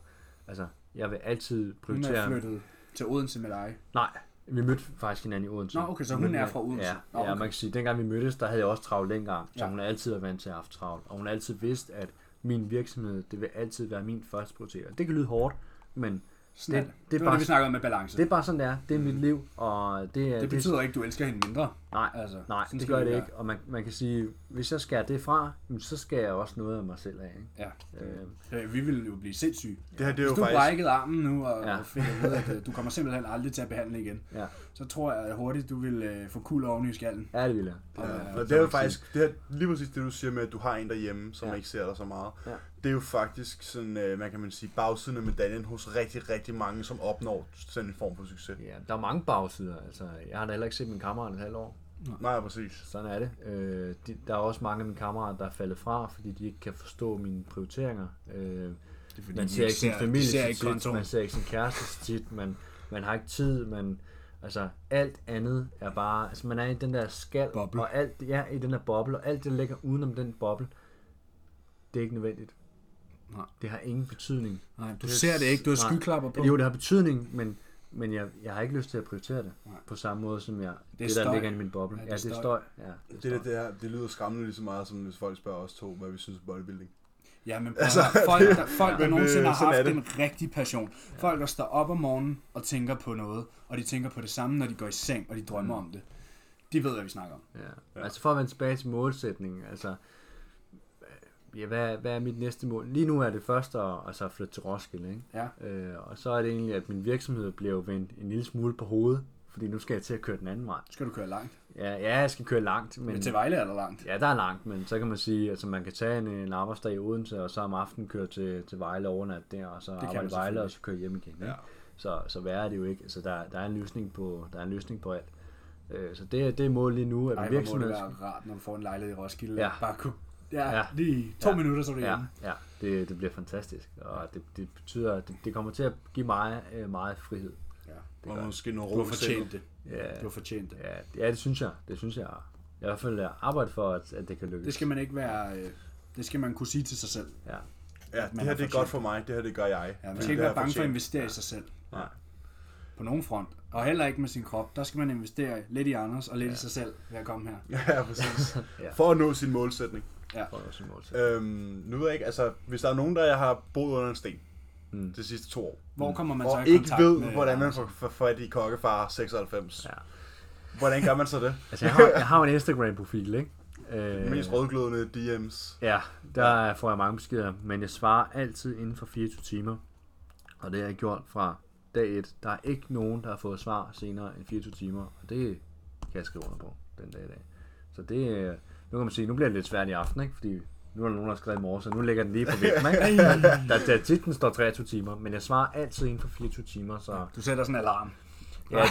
altså, jeg vil altid Hun er prioritere... flyttet til Odense med dig. Nej, vi mødte faktisk hinanden i Odense. Nå, okay, så hun Men, er øh, fra Odense. Ja, Nå, ja, okay. man kan sige, dengang vi mødtes, der havde jeg også travlt dengang, så Ja. ja. hun har altid været vant til at have haft travlt, og hun har altid vidst, at min virksomhed, det vil altid være min første prioritet. Og Det kan lyde hårdt, men Snart. det Det, er det, det var bare- det, vi snakkede om med balance. det er Det, bare sådan, det er. Det er mit liv, og det er... det betyder ikke, du elsker hende mindre. Nej, Altså, altså, nej sådan det skal gør det det være. ikke. Og man, man kan sige, hvis jeg skærer det fra, jamen, så skærer jeg også noget af mig selv af. Ikke? Ja. Øh, Øh, Vi ville jo blive sindssyge. Det her, det er jo Hvis du faktisk... brækkede armen nu og ja. Ja. fik at vide, at øh, du kommer simpelthen aldrig til at behandle igen, ja. så tror jeg hurtigt, du vil øh, få kul oven i skallen. ja, det vil jeg. Ja, Og, og øh, det er jo faktisk, det her, lige præcis det du siger med, at du har en derhjemme, som Ja. ja. ikke ser dig så meget. Ja. Det er jo faktisk sådan, øh, man kan man sige, bagsiden af medaljen hos rigtig, rigtig mange, som opnår sådan en form for succes. Ja, der er mange bagsider. Altså, jeg har da heller ikke set min kammerat et halvt år. Nej, præcis. Sådan er det. Øh, de, der er også mange af mine kammerater, der er faldet fra, fordi de ikke kan forstå mine prioriteringer. Øh, det er fordi, man de ser ikke sin ser- familie de ser så ikke tit, kontoen. man ser ikke sin kæreste så tit, man, man har ikke tid, man, altså alt andet er bare, altså man er i den der skal, Boble. og alt, ja, i den der boble, og alt det der ligger udenom den boble, det er ikke nødvendigt. Nej. Det har ingen betydning. Nej, du ser det ikke. Du har Nej. skyklapper på. Jo, det har betydning, men, men jeg, jeg har ikke lyst til at prioritere det Nej. på samme måde, som jeg, det, det der støj. ligger i min boble. Ja, Ja, det det, er er støj. støj. Ja, det, Det, er det, støj. det, her, det lyder skræmmende lige så meget, som hvis folk spørger os to, hvad vi synes om bodybuilding. Ja, men altså, folk, der, folk, der men, nogensinde øh, har sådan er haft det. en rigtig passion. Folk, der står op om morgenen og tænker på noget, og de tænker på det samme, når de går i seng, og de drømmer om det. De ved, hvad vi snakker om. Ja. Altså for at vende tilbage til målsætningen, altså, øh, ja, hvad, hvad er mit næste mål? Lige nu er det først at, altså at flytte til Roskilde, ikke? Ja. Øh, og så er det egentlig, at min virksomhed bliver jo vendt en lille smule på hovedet, fordi nu skal jeg til at køre den anden vej. Skal du køre langt? Ja, ja jeg skal køre langt, men... Men til Vejle er der langt. Ja, der er langt, men så kan man sige, at altså, man kan tage en, en arbejdsdag i Odense, og så om aftenen køre til, til Vejle overnat der, og så kan arbejde man i Vejle, selvfølgelig. og så køre hjem igen. Ikke? Ja. Altså, Så, så værre er det jo ikke. Så der, der, er en løsning på, der er en løsning på alt. Øh, så det, er- det er målet lige nu, at Ej, Ej, hvor må det virksomheden... være rart, når du får en lejlighed i Roskilde. Ja. Bare kunne, ja, Ja. lige to Ja. minutter, så er du Ja, hjemme. ja det, det bliver fantastisk. Og det, det betyder, at det, det kommer til at give mig øh, meget frihed. Ja. Og måske noget Du ro har i fortjent sindet. det. Ja, Du har fortjent det. ja, ja det synes jeg. Det synes jeg. Jeg i hvert fald jeg arbejder for, at, at det kan lykkes. Det skal man ikke være... øh, Det skal man kunne sige til sig selv. Ja. Ja, man det her har det er fortjent godt for mig, det her det gør jeg. Ja, man Fordi skal ikke det være har jeg bange for at fortjent. investere i sig selv. Nej. På nogen front. Og heller ikke med sin krop. Der skal man investere lidt i Anders og lidt ja. i sig selv ved at komme her. (laughs) Ja, (laughs) præcis. Ja. For at nå sin målsætning. For at nå sin målsætning. Øhm, nu ved jeg ikke, altså, hvis der er nogen, der har boet under en sten Mm. mm. de sidste to år, Hvor kommer man så og i ikke kontakt ved, med hvordan man Anders? får får fat i kokkefar 96, Ja. hvordan gør man så (laughs) det? Altså, jeg har, jeg har jo en Instagram-profil, ikke? Øh, Mest rødglødende DM's. Ja, der får jeg mange beskeder, men jeg svarer altid inden for 24 timer. Og det har jeg gjort fra dag 1. Der er ikke nogen, der har fået svar senere end 24 timer, og det kan jeg skrive under på den dag i dag. Så det, øh, nu kan man sige, nu bliver det lidt svært i aften, ikke? Fordi nu er der nogen, der har skrevet i morges, og nu ligger den lige på vippen, ikke? Der, der tit, den står 23 timer, men jeg svarer altid inden for 24 timer, så... Du sætter sådan en alarm. Ja,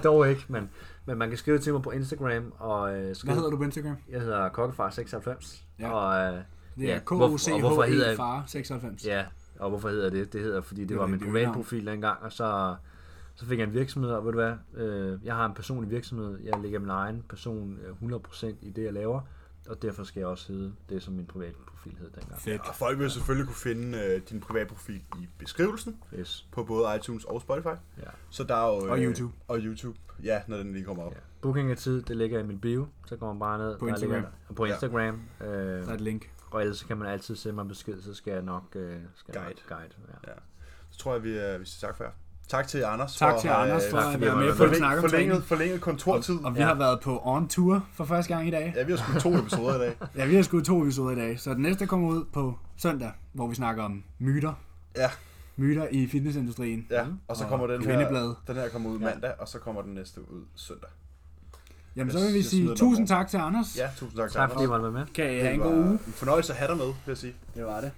(laughs) dog ikke, men, men man kan skrive til mig på Instagram, og øh, Hvad skrive hedder du på Instagram? jeg hedder Kokkefar96, Ja. ja. og, øh, Det er Ja, k o c hvorfor- og hvorfor hedder h e jeg- far 96. ja, og hvorfor hedder det? Det hedder, fordi det, Det var var min dit øgenavn. privatprofil dengang, og så, så fik jeg en virksomhed, og ved du hvad, øh, jeg har en personlig virksomhed, jeg lægger min egen person øh, 100% i det, jeg laver, og derfor skal jeg også hedde det, som min privatprofil hed dengang. Fedt. Og folk vil selvfølgelig kunne finde øh, din private profil i beskrivelsen Yes. på både iTunes og Spotify. Ja. Så der er jo, øh, Og YouTube. Og YouTube, ja, når den lige kommer op. Ja. Booking af tid, det ligger i min bio, så går man bare ned. På der Instagram. Ligger, der- på Ja. Instagram. Der Øh, er et link. og ellers så kan man altid sende mig en besked, så skal jeg nok øh, skal jeg Guide. Nok guide ja. Så tror jeg, vi, øh, vi siger tak for jer. Tak til Anders Tak for til have Anders for tak, at fordi være jeg med måtte på være at forlænget, snakke om forlænget, træning. forlænget kontortid. Og vi Ja. har været på on-tour for første gang i dag. Ja, vi har sgu to episoder (laughs) i dag. Ja, vi har skudt to episoder i dag, så den næste kommer ud på søndag, hvor vi snakker om myter. Ja. Myter i fitnessindustrien. Ja, og så Mm. Og kommer den Kvindeblad. her, den her kommer ud mandag, og så kommer den næste ud søndag. Jamen, så Jeg- vil vi jeg sige smider den tusind over. tak til Anders. Ja, tusind tak, til Tak fordi I Anders. måtte være med. Kan I Det have en var god uge? En fornøjelse at have dig med, vil jeg sige. Det var det.